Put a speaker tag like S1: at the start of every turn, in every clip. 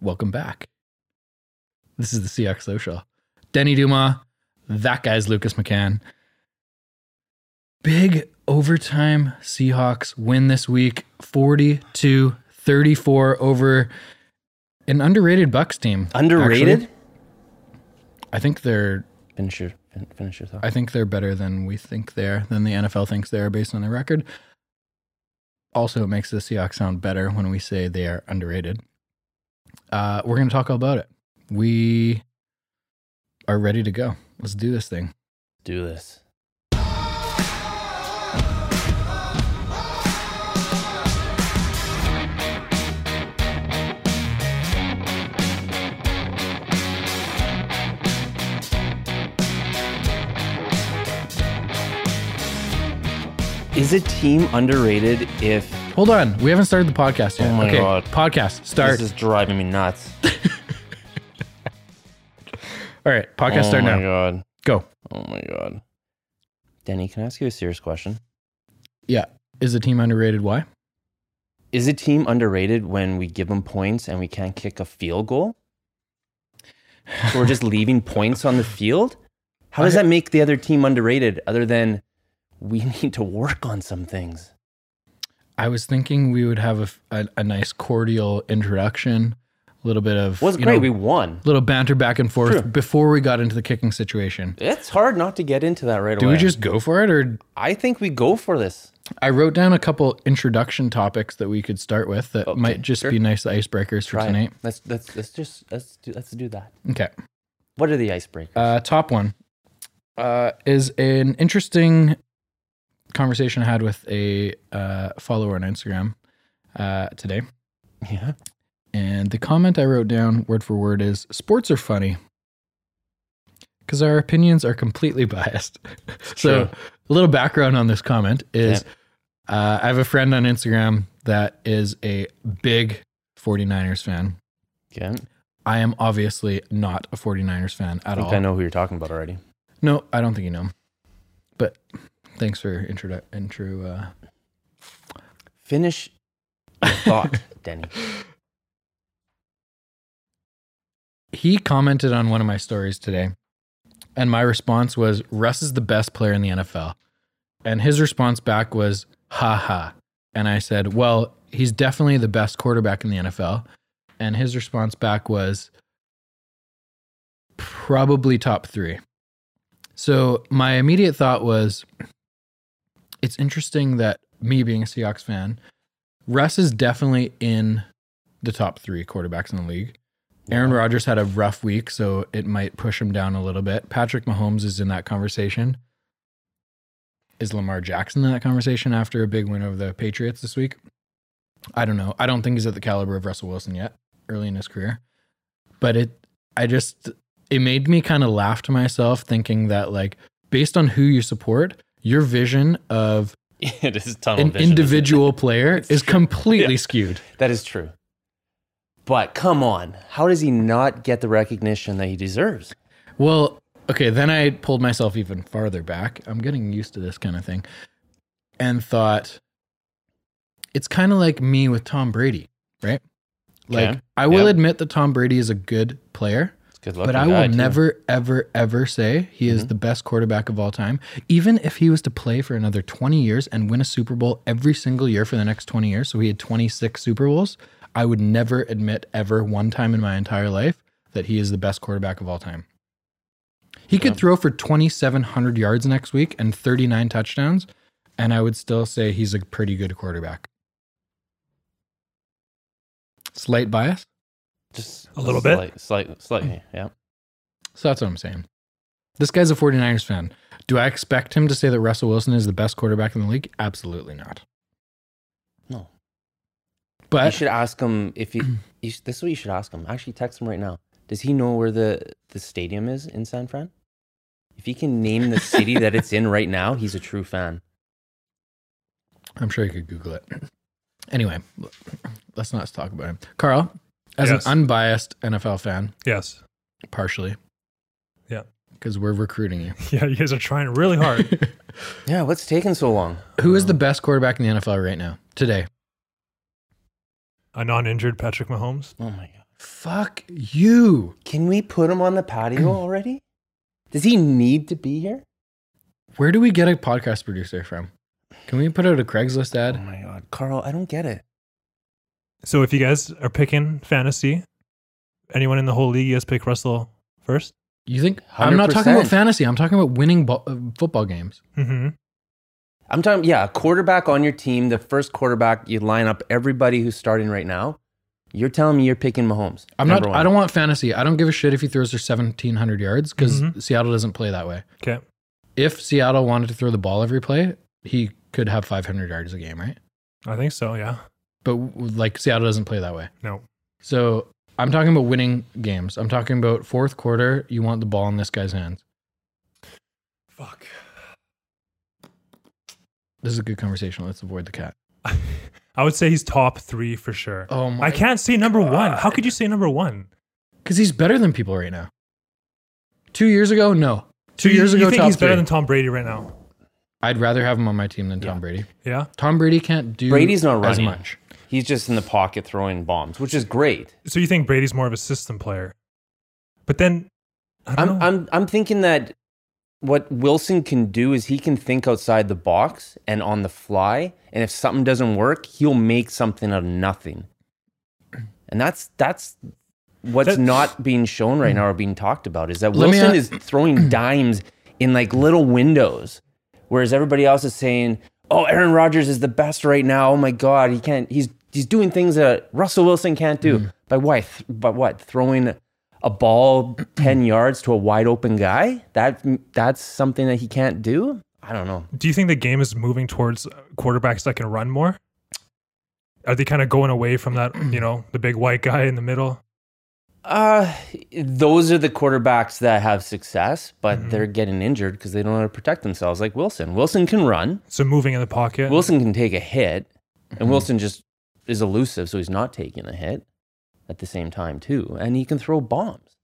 S1: welcome back. This is the CX Social. Denny Duma, that guy's Lucas McCann. Big overtime Seahawks win this week 42 34 over an underrated Bucks team.
S2: Underrated?
S1: actually. I think they're
S2: Finish your fin- finish your thought.
S1: I think they're better than we think they're than the NFL thinks they are based on their record. Also, it makes the Seahawks sound better when we say they are underrated. Uh, we're going to talk all about it. We are ready to go. Let's do this thing.
S2: Do this. Is a team underrated if
S1: Hold on, we haven't started the podcast yet.
S2: Oh my
S1: okay,
S2: God.
S1: podcast start.
S2: this is driving me nuts?
S1: all right, podcast
S2: oh
S1: start
S2: my
S1: now.
S2: god.
S1: Go.
S2: Oh my god. Denny, can I ask you a serious question?
S1: Yeah, is the team underrated? Why?
S2: Is a team underrated when we give them points and we can't kick a field goal? So we're just leaving points on the field? How does
S1: I-
S2: that make the other team underrated other than we need to work on some things?
S1: I was thinking we would have a f- a, a nice cordial introduction, a little bit of
S2: Was
S1: you
S2: great,
S1: know,
S2: we won.
S1: little banter back and forth
S2: Sure.
S1: before we got into the kicking situation.
S2: It's hard not to get into that right
S1: Do
S2: away.
S1: we just go for it or
S2: I think we go for this.
S1: I wrote down a couple introduction topics that we could start with that
S2: Okay,
S1: might just
S2: sure.
S1: be nice icebreakers for
S2: Try it.
S1: tonight.
S2: Let's let's let's just let's do let's do that.
S1: Okay.
S2: What are the icebreakers?
S1: Uh, top one uh, is an interesting conversation I had with a uh, follower on Instagram uh, today.
S2: yeah.
S1: And the comment I wrote down word for word is sports are funny because our opinions are completely biased. so,
S2: true.
S1: a little background on this comment is uh, I have a friend on Instagram that is a big 49ers fan.
S2: Okay.
S1: I am obviously not a 49ers fan
S2: I
S1: at
S2: think
S1: all.
S2: I know who you're talking about already.
S1: No, I don't think you know him. But thanks for intro. intro uh,
S2: Finish your thought, Denny.
S1: he commented on one of my stories today, and my response was, Russ is the best player in the NFL. And his response back was, ha ha. And I said, Well, he's definitely the best quarterback in the NFL. And his response back was, Probably top three. So my immediate thought was, It's interesting that me being a Seahawks fan, Russ is definitely in the top three quarterbacks in the league. Aaron Rodgers had a rough week, so it might push him down a little bit. Patrick Mahomes is in that conversation. Is Lamar Jackson in that conversation after a big win over the Patriots this week? I don't know. I don't think he's at the caliber of Russell Wilson yet, early in his career. But it I just it made me kind of laugh to myself thinking that like based on who you support, your vision of
S2: it is tunnel
S1: an
S2: vision, isn't it?
S1: individual player
S2: It's
S1: is
S2: true.
S1: completely
S2: Yeah.
S1: skewed.
S2: That is true. But come on, how does he not get the recognition that he deserves?
S1: Well, okay, then I pulled myself even farther back. I'm getting used to this kind of thing and thought it's kind of like me with Tom Brady, right? Like,
S2: Okay,
S1: I will
S2: yeah.
S1: admit that Tom Brady is a good player,
S2: It's good luck.
S1: but I will never, ever, ever say he
S2: Mm-hmm.
S1: is the best quarterback of all time. Even if he was to play for another 20 years and win a Super Bowl every single year for the next 20 years, so he had 26 Super Bowls, I would never admit ever one time in my entire life that he is the best quarterback of all time. He could throw for 2,700 yards next week and 39 touchdowns, and I would still say he's a pretty good quarterback. Slight bias.
S2: Just
S3: A little bit.
S2: slight- slight, slightly. Yeah.
S1: So that's what I'm saying. This guy's a 49ers fan. Do I expect him to say that Russell Wilson is the best quarterback in the league? Absolutely not.
S2: No. You
S1: But
S2: should ask him if he. you sh- this is what you should ask him. Actually, text him right now. Does he know where the the stadium is in San Fran? If he can name the city that it's in right now, he's a true fan.
S1: I'm sure you could Google it. Anyway, let's not talk about him. Carl, as
S3: Yes.
S1: an unbiased NFL fan,
S3: Yes.
S1: partially.
S3: Yeah.
S1: Because we're recruiting you.
S3: Yeah, you guys are trying really hard.
S2: Yeah. What's taking so long?
S1: Who is the best quarterback in the NFL right now? Today.
S3: a non injured Patrick Mahomes.
S2: Oh my god.
S1: Fuck you.
S2: Can we put him on the patio already? Does he need to be here?
S1: Where do we get a podcast producer from? Can we put out a Craigslist
S2: Oh
S1: ad?
S2: my god, Carl, I don't get it.
S3: So if you guys are picking fantasy, anyone in the whole league, you guys pick Russell 1st
S1: You think i am not talking about
S2: 100%.
S1: fantasy. I'm talking about winning bo- uh, football games.
S3: Mm-hmm.
S2: I'm talking, yeah, a quarterback on your team, the first quarterback, you line up everybody who's starting right now. You're telling me you're picking Mahomes.
S1: I'm
S2: number
S1: not.
S2: one.
S1: I don't want fantasy. I don't give a shit if he throws for 1,700 yards because
S2: Mm-hmm.
S3: Mhm.
S1: Seattle doesn't play that way.
S3: Okay.
S1: If Seattle wanted to throw the ball every play, he could have 500 yards a game, right?
S3: I think so. Yeah.
S1: But w- like Seattle doesn't play that way.
S3: No.
S1: So I'm talking about winning games. I'm talking about fourth quarter. You want the ball in this guy's hands.
S3: Fuck.
S1: This is a good conversation. Let's avoid the cat.
S3: I would say he's top three for sure.
S1: Oh my!
S3: I can't say number one. How
S1: God.
S3: could you say number one?
S1: because he's better than people right now. Two years ago, no. Two
S3: You-
S1: years ago,
S3: you think
S1: top
S3: he's better
S1: three.
S3: than Tom Brady right now?
S1: I'd rather have him on my team than Tom
S2: Yeah.
S1: Brady.
S3: Yeah.
S1: Tom Brady can't do
S2: Brady's not
S1: as
S2: running.
S1: much.
S2: He's just in the pocket throwing bombs, which is great.
S3: So you think Brady's more of a system player? But then, I don't
S2: I'm,
S3: know.
S2: I'm, I'm thinking that what Wilson can do is he can think outside the box and on the fly. And if something doesn't work, he'll make something out of nothing. And that's that's what's
S3: That-
S2: not being shown right now or being talked about is that
S1: Let me
S2: Wilson
S1: a-
S2: is throwing dimes in like little windows, whereas everybody else is saying, "Oh, Aaron Rodgers is the best right now. Oh my God, he can't. He's he's doing things that Russell Wilson can't do."
S1: Mm.
S2: By what? By what? Throwing a ball ten yards to a wide open guy? That that's something that he can't do. I don't know.
S3: Do you think the game is moving towards quarterbacks that can run more? Are they kind of going away from that, you know, the big white guy in the middle?
S2: Uh, those are the quarterbacks that have success, but
S1: Mm-hmm.
S2: they're getting injured because they don't know how to protect themselves. Like Wilson. Wilson can run.
S3: So moving in the pocket.
S2: Wilson can take a hit,
S1: Mm-hmm.
S2: and Wilson just is elusive, so he's not taking a hit at the same time too, and he can throw bombs.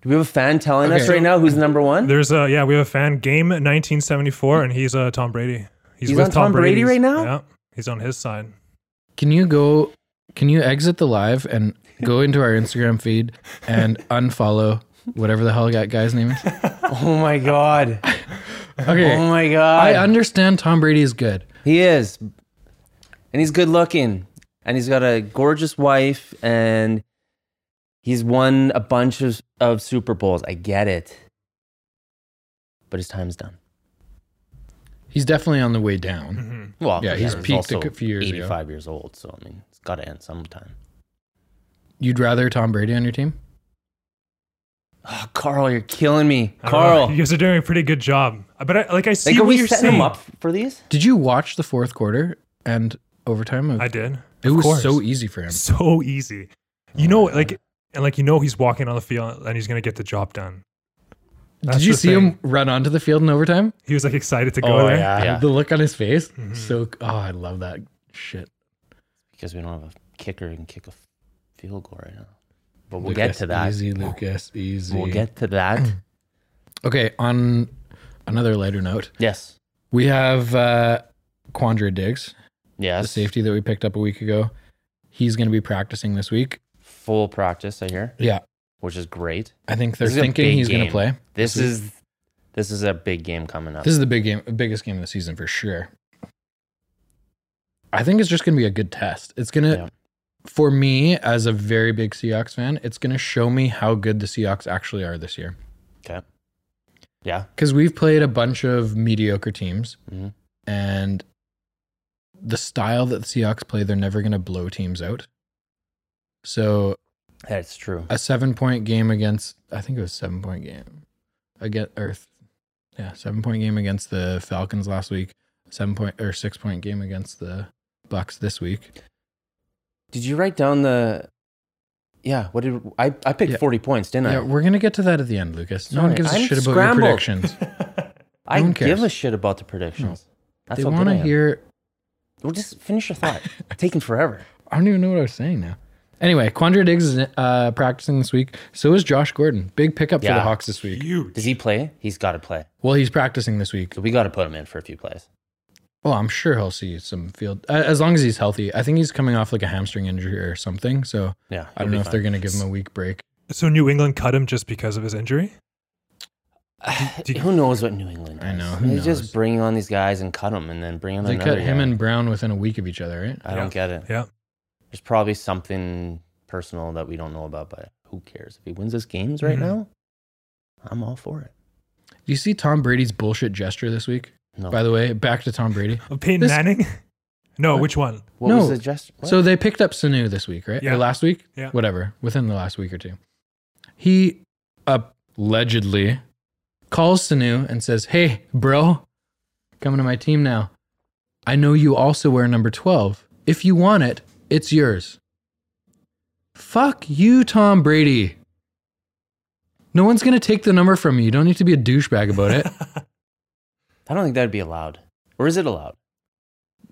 S2: Do we have a fan telling us
S1: Okay.
S2: right now who's number one?
S3: There's a yeah, we have a fan game 1974, and he's uh, Tom Brady.
S2: He's on Tom Brady
S3: Brady's-
S2: right now?
S3: Yeah, he's on his side.
S1: Can you go? Can you exit the live and go into our Instagram feed and unfollow whatever the hell that guy's name is?
S2: oh my god!
S1: Okay,
S2: Oh my
S1: I
S2: god!
S1: understand Tom Brady is good.
S2: he is, and he's good looking, and he's got a gorgeous wife, and he's won a bunch of, of Super Bowls. I get it, but his time's done.
S1: He's definitely on the way down.
S3: hmm
S2: Well,
S1: Yeah, he's peaked a
S2: also
S1: few years ago.
S2: 85 years old, so I mean, it's got to end sometime.
S1: You'd rather Tom Brady on your team?
S2: Oh, Carl, you're killing me,
S3: I don't
S2: Carl.
S3: know. you guys are doing a pretty good job. But I, like I see
S2: Like, are
S3: what
S2: we
S3: you're
S2: setting
S3: saying.
S2: him up for these?
S1: Did you watch the fourth quarter and overtime? Of,
S3: I did.
S1: it
S3: Of
S1: was
S3: course.
S1: so easy for him.
S3: so easy. You know, like and like you know, he's walking on the field and he's gonna get the job done. That's
S1: Did you
S3: the
S1: see
S3: thing.
S1: him run onto the field in overtime?
S3: He was like excited to go there.
S2: Oh, Yeah. Mm-hmm.
S1: The look on his face.
S3: Mhm.
S1: So, oh, I love that shit.
S2: Because we don't have a kicker who can kick a f- field goal right now. But we'll
S1: Lucas,
S2: get to that.
S1: Easy, Lucas. Easy.
S2: We'll get to that.
S1: Okay, on another lighter note,
S2: yes.
S1: we have uh, Quandra Diggs, the
S2: Yes.
S1: safety that we picked up a week ago. He's going to be practicing this week.
S2: Full practice, I hear,
S1: Yeah,
S2: which is great.
S1: I think they're
S2: This is a
S1: thinking
S2: big
S1: he's going to
S2: game.
S1: play.
S2: This
S1: This
S2: is this is a big game coming up.
S1: This is the big game, biggest game of the season for sure. I think it's just going to be a good test. It's going to,
S2: Yeah.
S1: for me as a very big Seahawks fan, it's going to show me how good the Seahawks actually are this year.
S2: okay. Yeah.
S1: Because we've played a bunch of mediocre teams,
S2: Mhm.
S1: and the style that the Seahawks play, they're never going to blow teams out. So
S2: That's true.
S1: a seven point game against I think it was seven point game against Earth. Yeah, seven point game against the Falcons last week. Seven point or six point game against the Bucks this week.
S2: Did you write down the? Yeah. What did I? I picked
S1: Yeah.
S2: forty points, didn't I?
S1: Yeah, we're gonna get to that at the end, Lucas. No one
S2: Sorry,
S1: gives a
S2: I'm
S1: shit about
S2: scrambled.
S1: your predictions.
S2: I
S1: No one
S2: give a
S1: cares.
S2: shit about the predictions. That's
S1: they
S2: how good
S1: want
S2: I
S1: to
S2: am.
S1: hear.
S2: Well, just finish your thought. Taking forever.
S1: I don't even know what I was saying now. Anyway, Quandra Diggs is uh, practicing this week. So is Josh Gordon. Big pickup for
S2: Yeah.
S1: the Hawks this week.
S3: Huge.
S2: Does he play? He's got to play.
S1: Well, he's practicing this week.
S2: So we got to put him in for a few plays.
S1: Well, I'm sure he'll see some field a- as long as he's healthy. I think he's coming off like a hamstring injury or something. So
S2: Yeah,
S1: I don't know if they're going to give him a week break.
S3: So New England cut him just because of his injury. do you-
S2: Who knows what New England? Does?
S1: I know,
S2: they
S1: who knows?
S2: just bring on these guys and cut them, and then bring on
S1: They
S2: another
S1: cut him
S2: guy.
S1: and Brown within a week of each other, right?
S2: I don't get it.
S3: Yeah.
S2: There's probably something personal that we don't know about, but who cares? If he wins his games right
S3: Mhm.
S1: Mm-hmm.
S2: now, I'm all for it.
S1: Do you see Tom Brady's bullshit gesture this week?
S2: No.
S1: By the way, back to Tom Brady.
S3: Oh, Peyton
S1: This-
S3: Manning. No, which one?
S2: what
S1: no.
S2: was the gesture?
S1: So they picked up Sanu this week, right?
S3: Yeah.
S1: Or last week?
S3: Yeah.
S1: Whatever. Within the last week or two. He allegedly calls Sanu and says, Hey, bro, coming to my team now. I know you also wear number 12. If you want it, it's yours. Fuck you, Tom Brady. No one's going to take the number from you. You don't need to be a douchebag about it.
S2: I don't think that'd be allowed, or is it allowed?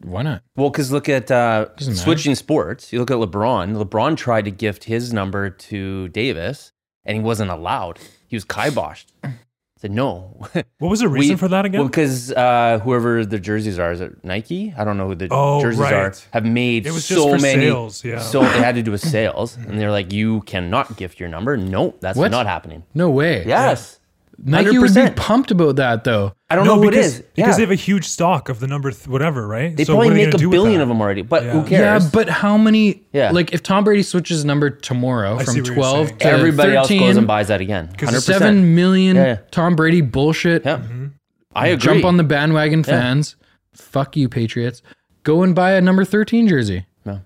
S1: Why not?
S2: Well, because look at uh,
S1: Doesn't matter.
S2: switching sports. You look at LeBron. LeBron tried to gift his number to Davis, and he wasn't allowed. He was kiboshed. Said no.
S3: What was the reason
S2: We-
S3: for that again?
S2: Well, because uh, whoever the jerseys are, is it Nike? I don't know who the
S3: Oh,
S2: jerseys are.
S3: right.
S2: Have made
S3: it was just
S2: so
S3: for
S2: many.
S3: sales. Yeah.
S2: So it had to do with sales, and they're like, "You cannot gift your number. No, that's
S1: What?
S2: not happening."
S1: No way.
S2: Yes,
S1: Nike would be
S2: 100%.
S1: pumped about that, though.
S2: I don't
S3: no,
S2: know who
S3: because,
S2: it is.
S3: because
S2: Yeah.
S3: they have a huge stock of the number th- whatever, right?
S2: They
S3: So what
S2: probably
S3: are
S2: make
S3: gonna do
S2: a
S3: with
S2: billion
S3: that?
S2: of them already, but
S3: Yeah.
S2: who cares?
S1: Yeah, but how many?
S2: Yeah.
S1: Like if Tom Brady switches number tomorrow
S3: see
S1: from
S3: what you're
S1: 12
S3: saying.
S1: to
S2: everybody
S1: 13,
S2: else goes and buys that again.
S3: 'Cause
S2: Hundred percent.
S1: 7 million
S2: Yeah, yeah.
S1: Tom Brady bullshit.
S2: Yeah,
S3: Hmm?
S2: I agree.
S1: Jump on the bandwagon fans. Fuck you, Patriots. Go and buy a number 13 jersey.
S2: No.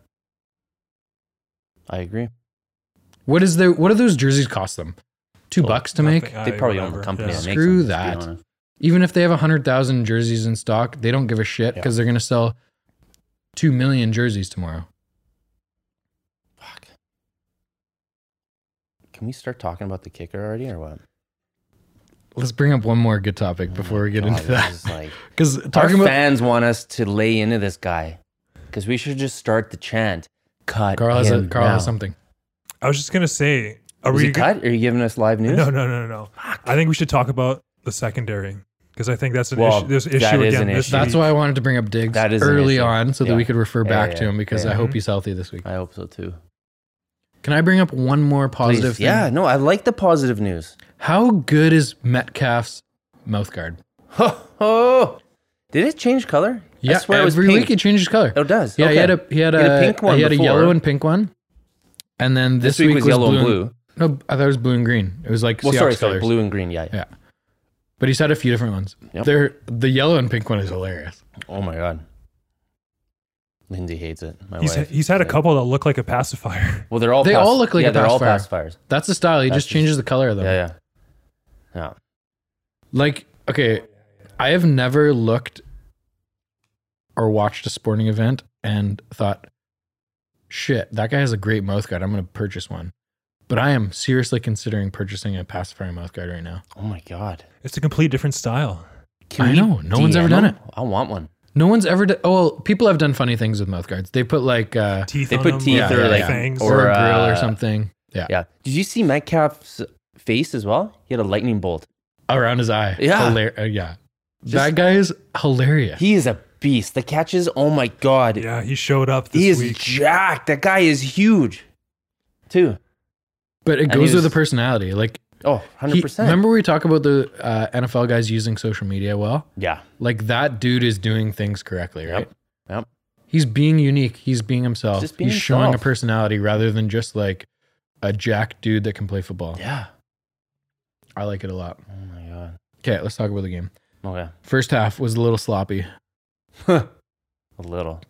S2: I agree.
S1: What is their what do those jerseys cost them? Two
S3: Oh,
S2: Well,
S1: bucks to
S3: Nothing.
S1: make?
S3: Aye,
S2: They probably own the
S3: whatever.
S2: company.
S3: Yeah.
S2: That makes
S1: Screw
S2: them, let's be
S1: that.
S2: honest.
S1: Even if they have 100,000 jerseys in stock, they don't give a shit because they're going to sell 2 million jerseys tomorrow.
S2: Fuck. Can we start talking about the kicker already, or what?
S1: Let's bring up one more good topic before we get
S2: God,
S1: into
S2: this
S1: that.
S2: is like-
S1: Because
S2: Our
S1: talking about
S2: fans want us to lay into this guy because we should just start the chant. Cut.
S1: Carl has, a,
S2: him
S1: Carl
S2: now.
S1: has something.
S3: I was just gonna say, are
S2: Is
S3: we
S2: he cut? Are you giving us live news?
S3: No, no, no, no, no. I think we should talk about the secondary because I think that's an
S2: Well,
S3: issue. There's
S2: that
S3: issue again.
S2: is an
S3: this
S2: issue.
S1: That's
S3: week.
S1: why I wanted to bring up Diggs
S2: That is an
S1: early
S2: issue.
S1: on so that
S2: Yeah.
S1: we could refer
S2: Yeah,
S1: back
S2: yeah,
S1: to him because
S2: yeah.
S1: I hope he's healthy this week.
S2: I hope so too.
S1: Can I bring up one more
S2: Please.
S1: positive thing?
S2: Yeah, no, I like the positive news.
S1: How good is Metcalf's mouth guard?
S2: Ho, ho. Did it change color?
S1: Yeah,
S2: I swear it was
S1: every
S2: pink.
S1: week he changes color.
S2: Oh, it does.
S1: yeah,
S2: okay.
S1: he had a he had a,
S2: He had a pink one
S1: he had a
S2: before.
S1: yellow and pink one, and then this,
S2: This week was yellow and blue.
S1: No, I thought it was blue and green. It was like
S2: Well,
S1: Seahawks
S2: sorry, sorry,
S1: colors.
S2: blue and green. Yeah. yeah.
S1: Yeah, but he's had a few different ones.
S2: Yep.
S1: They're, the yellow and pink one is hilarious.
S2: Oh my god. Lindsay hates it. My
S3: He's,
S2: wife.
S3: he's had a
S2: Yeah.
S3: couple that look like a pacifier.
S2: Well, they're all
S1: They
S2: pac-
S1: all look like
S2: yeah,
S1: a
S2: they're all
S1: pacifier.
S2: pacifiers.
S1: That's the style. He
S2: That's
S1: just
S2: just-
S1: changes the color of them.
S2: Yeah, yeah, yeah.
S1: Like, okay, I have never looked or watched a sporting event and thought, shit, that guy has a great mouth guard. I'm going to purchase one. But I am seriously considering purchasing a pacifier mouth guard right now.
S2: Oh my god.
S3: It's a complete different style.
S1: I
S2: we
S1: know, no one's ever done
S2: them? I want one.
S1: No one's ever, d oh, well, people have done funny things with mouth guards. They put like, uh,
S3: Teeth.
S2: They
S3: on
S2: put
S3: them,
S2: teeth
S1: or, like,
S3: fangs.
S1: or,
S2: Or,
S1: a grill or
S2: uh,
S1: something. Yeah.
S2: Yeah. Did you see Metcalf's face as well? He had a lightning bolt.
S1: Around his eye.
S2: Yeah.
S1: Hilar- uh, yeah.
S2: Just-
S1: that guy is hilarious.
S2: He is a beast. The catches, oh my god.
S3: yeah, he showed up
S2: he
S3: this
S2: is
S3: week.
S2: jacked. That guy is huge. Too.
S1: but it
S2: he
S1: goes with
S2: was-
S1: the personality. Like,
S2: Oh,
S1: He-
S2: 100%.
S1: remember we talk about the uh, NFL guys using social media well?
S2: Yeah.
S1: Like that dude is doing things correctly, right?
S2: Yep.
S1: He's being unique. He's being himself.
S2: Just being
S1: He's showing a
S2: himself.
S1: personality rather than just like a jack dude that can play football.
S2: Yeah.
S1: I like it a lot.
S2: Oh my god.
S1: Okay, let's talk about the game.
S2: Okay.
S1: First half was a little sloppy.
S2: A little.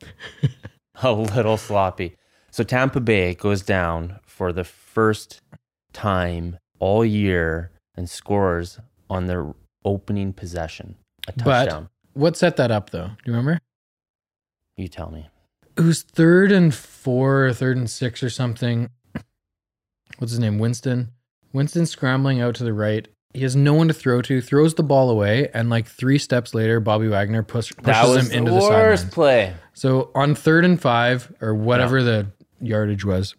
S2: a little sloppy. So Tampa Bay goes down for the first time all year and scores on their opening possession. A
S1: But-
S2: touchdown.
S1: What set that up though? Do you remember?
S2: you tell me.
S1: It was third and four, or third and six or something. What's his name? Winston. Winston scrambling out to the right. He has no one to throw to, throws the ball away, and like three steps later, Bobby Wagner push,
S2: That
S1: pushes
S2: was
S1: him into
S2: the
S1: the
S2: worst
S1: sideline.
S2: play.
S1: So on third and five, or whatever the yardage was,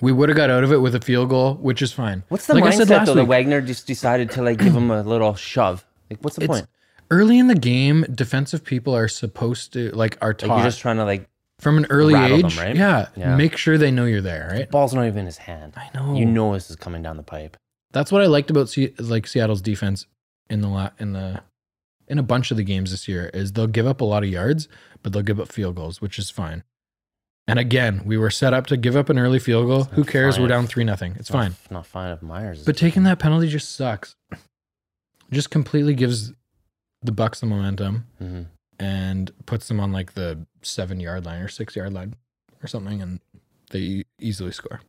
S1: we would have got out of it with a field goal, which is fine.
S2: What's the
S1: Like I
S2: mindset
S1: said
S2: though
S1: last
S2: that
S1: week-
S2: Wagner just decided to like give him a little shove? Like, what's the
S1: It's-
S2: point?
S1: early in the game, defensive people are supposed to like are
S2: Like you're
S1: taught
S2: just trying to like
S1: from an early
S2: rattle them,
S1: age.
S2: right?
S1: yeah,
S2: Yeah.
S1: make sure they know you're there, right? Oh.
S2: ball's not even in his hand.
S1: I know.
S2: You know this is coming down the pipe.
S1: That's what I liked about Se- like Seattle's defense in the la- in the in a bunch of the games this year is they'll give up a lot of yards, but they'll give up field goals, which is fine. And again, we were set up to give up an early field goal. Who
S2: It's
S1: cares? We're
S2: fine.
S1: down three nothing. It's fine.
S2: Not, not fine if Myers. Is
S1: But taking that penalty just sucks. Just completely gives the Bucks the momentum
S2: Mhm.
S1: and puts them on like the seven yard line or six yard line or something, and they e- easily score.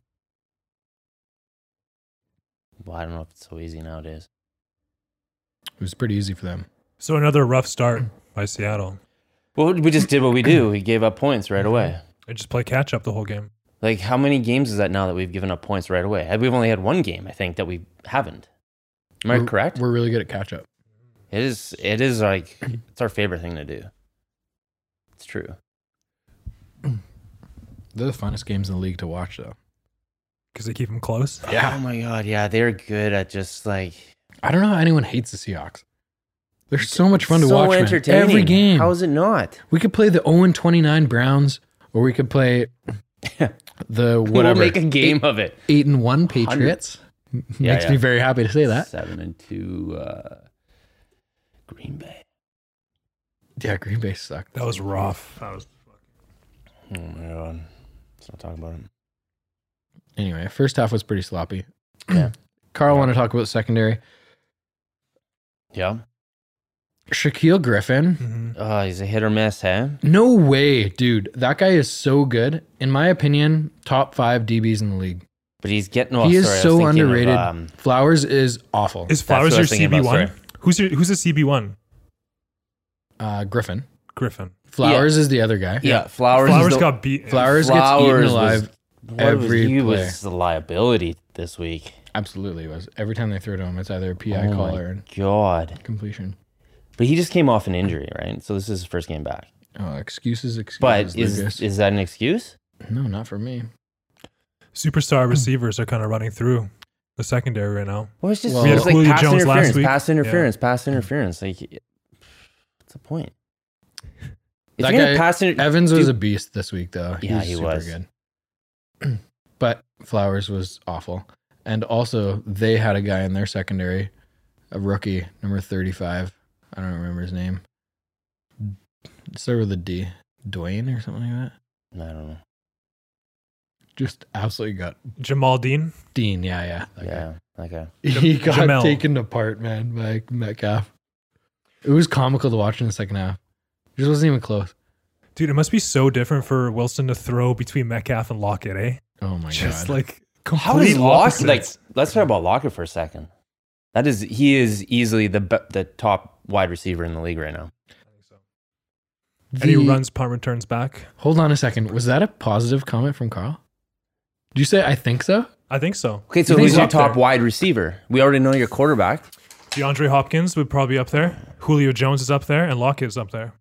S2: Well, I don't know if it's so easy nowadays.
S1: It was pretty easy for them.
S3: So another rough start by Seattle.
S2: Well, we just did what we do. We gave up points right away.
S3: They just play catch up the whole game.
S2: Like, how many games is that now that we've given up points right away? Had- We've only had one game, I think, that we haven't. Am I
S1: We're-
S2: correct?
S1: We're really good at catch up.
S2: It is. It is like it's our favorite thing to do. It's true.
S1: They're the funnest games in the league to watch, though.
S3: because they keep them close.
S1: Yeah.
S2: Oh my god. Yeah, they're good at just like
S1: I don't know how anyone hates the Seahawks. They're so much fun to
S2: so
S1: watch. man.
S2: entertaining.
S1: Every game.
S2: How is it not?
S1: we could play the 0 29 Browns, or we could play the whatever.
S2: We'll make a game of it.
S1: eight and one Patriots.
S2: Yeah,
S1: Makes
S2: yeah.
S1: me very happy to say that.
S2: Seven and two. Uh, Green Bay.
S1: Yeah, Green Bay sucked.
S3: That was rough. That was
S2: Oh my god. Let's not talk about it.
S1: Anyway, first half was pretty sloppy.
S2: Yeah.
S1: Carl want to talk about secondary.
S2: Yeah.
S1: Shaquille Griffin.
S3: Mm-hmm.
S2: Oh, he's a hit or miss, huh?
S1: No way, dude. That guy is so good. In my opinion, top five DBs in the league.
S2: But he's getting. Oh,
S1: he is
S2: sorry, I was
S1: so
S2: thinking of,
S1: underrated.
S2: um,
S1: Flowers is awful.
S3: Is
S2: what I
S3: Flowers your
S2: was thinking
S3: CB
S2: about,
S3: one?
S2: sorry.
S3: Who's your who's the CB one?
S1: uh, Griffin.
S3: Griffin.
S1: Flowers is the other guy.
S2: yeah, Flowers. is
S3: Flowers
S2: the-
S3: got beat.
S1: Flowers, gets
S2: Flowers
S1: eaten
S2: was-
S1: alive.
S2: What was-
S1: every
S2: he
S1: player.
S2: was the liability this week.
S1: Absolutely was. Every time they threw to him, it's either a PI
S2: Oh
S1: call
S2: my
S1: or an
S2: God.
S1: completion.
S2: But he just came off an injury, right? So this is his first game back.
S1: Oh, excuses, excuses.
S2: But is
S1: Lucas.
S2: is that an excuse?
S1: no, not for me.
S2: Hmm.
S3: Superstar receivers are kind of running through the secondary right now.
S2: Well, it's just
S1: Well- We had
S2: it's like
S3: Julio
S2: pass
S3: Jones last
S2: interference,
S3: week.
S2: pass
S3: Yeah.
S2: interference, pass interference. Like, what's the point? If
S1: That
S2: you're
S1: guy-
S2: gonna pass inter-
S1: Evans was
S2: Dude.
S1: a beast this week, though.
S2: Yeah, he was.
S1: good. but Flowers was awful, and also they had a guy in their secondary, a rookie, number thirty-five. I don't remember his name. It started with a D, Dwayne or something like that.
S2: I don't know.
S1: Just absolutely got
S3: Jamal Dean.
S1: Dean. Yeah, yeah. that guy.
S2: Yeah. Okay.
S1: He got
S3: Jamel.
S1: taken apart, man, by Metcalf. It was comical to watch in the second half. Just wasn't even close.
S3: Dude, it must be so different for Wilson to throw between Metcalf and Lockett, eh?
S1: Oh my
S3: Just
S1: god!
S3: like complete
S2: How is Lockett? Like,
S3: opposites.
S2: let's talk about Lockett for a second. That is, he is easily the be- the top wide receiver in the league right now.
S3: and he
S1: The-
S3: runs punt returns back.
S1: Hold on a second. Was that a positive comment from Carl? Did you say I think so?
S3: I think so.
S2: Okay, so
S3: He's
S2: who's your
S3: up there.
S2: top wide receiver? We already know your quarterback.
S3: DeAndre Hopkins would probably be up there. Julio Jones is up there, and Lockett is up there.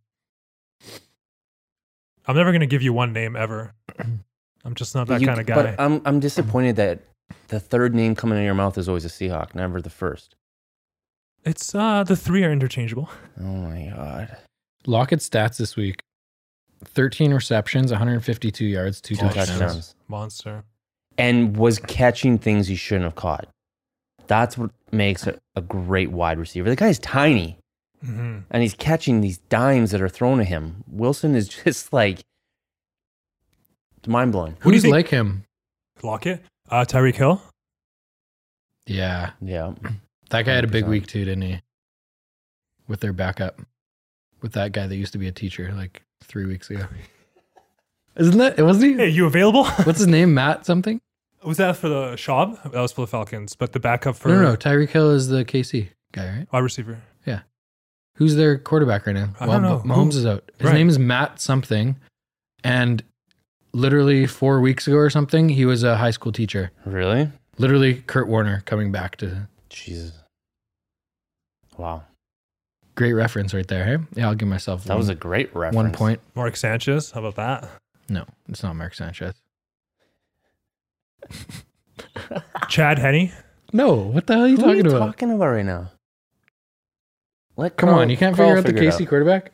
S3: I'm never gonna give you one name ever. I'm just not that
S2: You-
S3: kind of guy.
S2: But I'm I'm disappointed that the third name coming out of your mouth is always a Seahawk, never the first.
S3: It's uh the three are interchangeable.
S2: Oh my god.
S1: Lockett's stats this week 13 receptions, 152 yards, two
S2: Two
S1: touchdowns.
S2: touchdowns.
S3: Monster.
S2: And was catching things he shouldn't have caught. That's what makes a, a great wide receiver. The guy's tiny
S3: hmm
S2: and he's catching these dimes that are thrown at him. Wilson is just like mind blowing.
S3: Who do you
S1: Who's
S3: think-
S1: like him?
S3: Lockett, uh, Tyreek Hill.
S1: Yeah.
S2: Yeah.
S1: That guy had a big
S2: 100%.
S1: week too, didn't he? With their backup. With that guy that used to be a teacher like three weeks ago. Isn't that wasn't
S3: Hey,
S1: he?
S3: you available?
S1: What's his name? Matt something?
S3: was that for the Schaub? That was for the Falcons, but the backup for
S1: No, no, no. Tyreek Hill is the KC guy, right?
S3: wide receiver.
S1: Who's their quarterback right now?
S3: I don't
S1: well,
S3: know.
S1: Mahomes
S3: Who-
S1: is out. His
S3: Right.
S1: name is Matt something, and literally four weeks ago or something, he was a high school teacher.
S2: Really?
S1: Literally, Kurt Warner coming back to
S2: Jesus. Wow.
S1: great reference right there. Hey, yeah, I'll give myself
S2: That
S1: one,
S2: was a great reference.
S1: one point.
S3: Mark Sanchez. How about that?
S1: No, it's not Mark Sanchez.
S3: Chad Henney.
S1: No, what the hell are you
S2: Who
S1: talking
S2: are you
S1: about?
S2: talking about right now? Let
S1: Come
S2: Carl-
S1: on, you can't
S2: Carl
S1: figure out the
S2: figure it
S1: KC quarterback?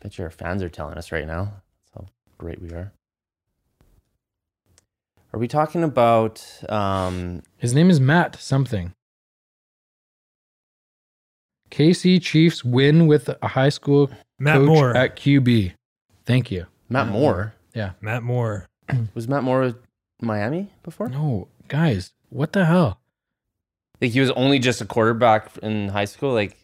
S2: Bet your fans are telling us right now. That's how great we are. Are we talking about um
S1: His name is Matt something. KC Chiefs win with a high school
S3: Matt
S1: coach
S3: Moore.
S1: at QB. Thank you.
S2: Matt
S1: Matt
S2: Moore?
S3: Matt Moore.
S2: Was Matt Moore with Miami before?
S1: No, guys, what the hell?
S2: Like he was only just a quarterback in high school. Like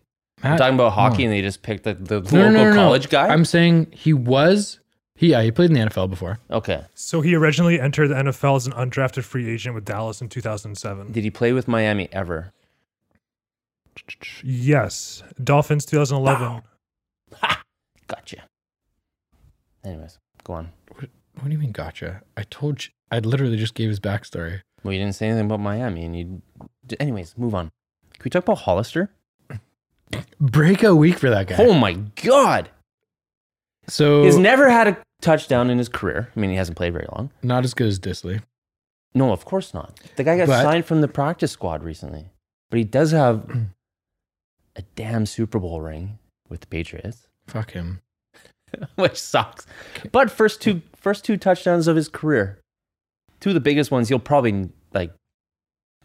S2: I'm
S1: Matt,
S2: talking about hockey,
S1: no.
S2: and they just picked the, the
S1: No, no,
S2: local
S1: no, no, no.
S2: college guy.
S1: I'm saying he was. He, yeah, he played in the NFL before.
S2: okay.
S3: So he originally entered the NFL as an undrafted free agent with Dallas in 2007.
S2: Did he play with Miami ever?
S3: Yes. Dolphins 2011.
S2: Gotcha. Anyways, go on.
S1: What do you mean, gotcha? I told you. I literally just gave his backstory.
S2: Well, you didn't say anything about Miami, and you. d- Anyways, move on. Can we talk about Hollister?
S1: Breakout week for that guy.
S2: Oh my God!
S1: so
S2: He's never had a touchdown in his career. I mean, he hasn't played very long.
S1: not as good as Disley.
S2: No, of course not. The guy got
S1: But-
S2: signed from the practice squad recently, but he does have a damn Super Bowl ring with the Patriots.
S1: Fuck him.
S2: which sucks. But first two first two touchdowns of his career, two of the biggest ones you'll probably like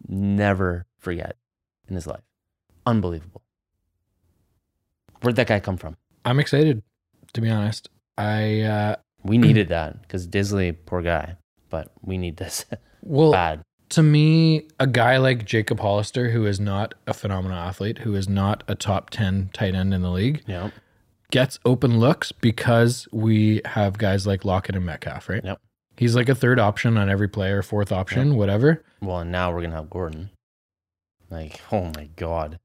S2: never forget in his life. Unbelievable. Where'd that guy come from?
S1: I'm excited, to be honest. I uh,
S2: We needed that because Disley, poor guy, but we need this
S1: well,
S2: bad.
S1: to me, a guy like Jacob Hollister, who is not a phenomenal athlete, who is not a top ten tight end in the league,
S2: Yeah,
S1: gets open looks because we have guys like Lockett and Metcalf, right?
S2: Yep.
S1: He's like a third option on every play or fourth option, whatever.
S2: Well, and now we're gonna have Gordon. Like, oh my god.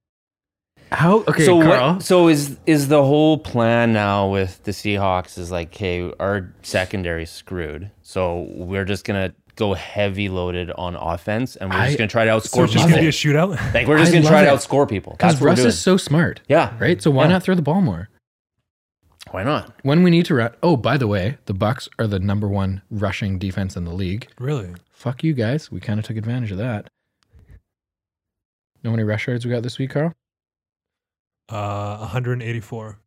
S1: How okay,
S2: so
S1: Carl?
S2: What, so is is the whole plan now with the Seahawks is like, hey, our secondary screwed, so we're just gonna go heavy loaded on offense, and we're
S1: I-
S2: just gonna try to
S3: So
S2: outscore
S3: it's just
S2: people.
S3: going to be a shootout.
S2: like we're just
S1: I
S2: gonna try to
S1: love it.
S2: outscore people.
S1: Because
S2: That's what we're
S1: Russ
S2: doing.
S1: is so smart,
S2: yeah.
S1: right? So why
S2: Yeah.
S1: not throw the ball more?
S2: Why not?
S1: When we need to run. Oh, by the way, the Bucks are the number one rushing defense in the league.
S3: really?
S1: Fuck you guys. We kind of took advantage of that. Know how many rush yards we got this week, Carl?
S3: Uh, 184.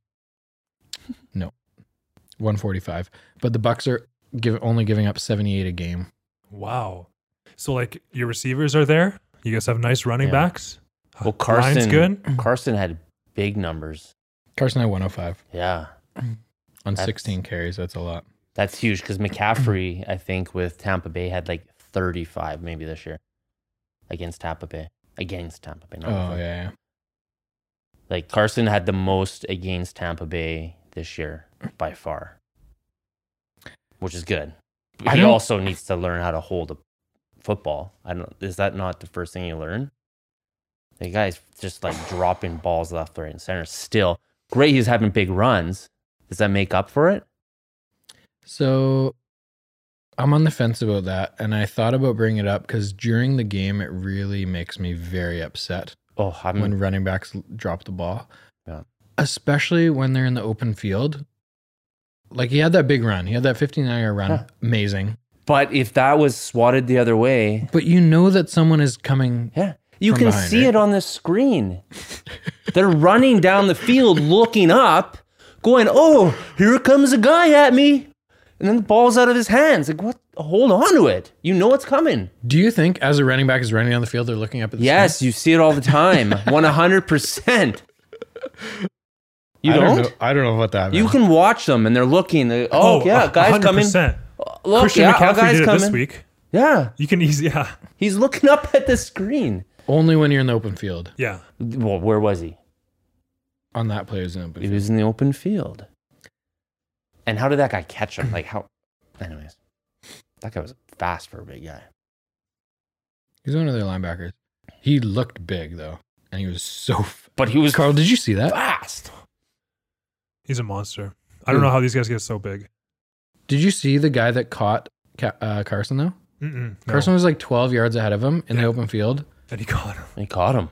S1: 145. But the Bucks are give, only giving up 78 a game.
S3: Wow. So like your receivers are there. You guys have nice running
S2: Yeah.
S3: backs.
S2: Well,
S3: Line's
S2: Carson,
S3: good.
S1: Mm.
S2: Carson had big numbers.
S1: Carson had 105
S2: Yeah,
S1: on
S2: That's-
S1: 16 carries. That's a lot.
S2: that's huge because McCaffrey, I think, with Tampa Bay had like 35 maybe this year against Tampa Bay. Against Tampa Bay. not with
S1: Oh,
S2: them.
S1: yeah. yeah.
S2: Like Carson had the most against Tampa Bay this year by far, which is good.
S1: I
S2: He
S1: don't-
S2: also needs to learn how to hold a football. I don't. Is that not the first thing you learn? The guy's just like dropping balls left, right, and center. Still great. He's having big runs. Does that make up for it?
S1: So I'm on the fence about that. And I thought about bringing it up because during the game, it really makes me very upset
S2: Oh, I'm
S1: when running backs l- drop the ball.
S2: Yeah.
S1: Especially when they're in the open field. Like he had that big run. He had that 59 yard run.
S2: Huh.
S1: Amazing.
S2: But if that was swatted the other way,
S1: But you know that someone is coming.
S2: yeah, you
S1: From
S2: can
S1: behind,
S2: see
S1: right?
S2: it on the screen. They're running down the field, looking up, going, "Oh, here comes a guy at me!" And then the ball's out of his hands. Like, what? Hold on to it. You know what's coming.
S1: Do you think as a running back is running on the field, they're looking up at the
S2: Yes, you see it all the time. One hundred percent. You
S1: sky? I
S2: don't?
S1: know, I don't know what that
S2: You
S1: means.
S2: can watch them, and they're looking. They- oh, yeah,
S3: a-
S2: guys coming. Uh,
S3: 100%.
S2: Look,
S3: Christian
S2: yeah, our
S3: McCaffrey
S2: guys
S3: did it
S2: coming.
S3: this week.
S2: Yeah,
S3: You can easy. Yeah.
S2: he's looking up at the screen.
S1: Only when you're in the open field.
S3: Yeah.
S2: Well, where was he?
S1: On that player's in the open
S2: He
S1: field.
S2: was in the open field. And how did that guy catch him? Like how? Anyways, that guy was fast for a big guy.
S1: He's one of their linebackers. He looked big though, and he was so. F-
S2: But he was
S1: Carl, did you see that?
S2: fast.
S3: He's a monster. I
S2: Hmm.
S3: don't know how these guys get so big.
S1: Did you see the guy that caught Ca- uh, Carson though?
S3: Mm-mm, no.
S1: Carson was like 12 yards ahead of him in the open field.
S3: and he caught him.
S2: He caught him.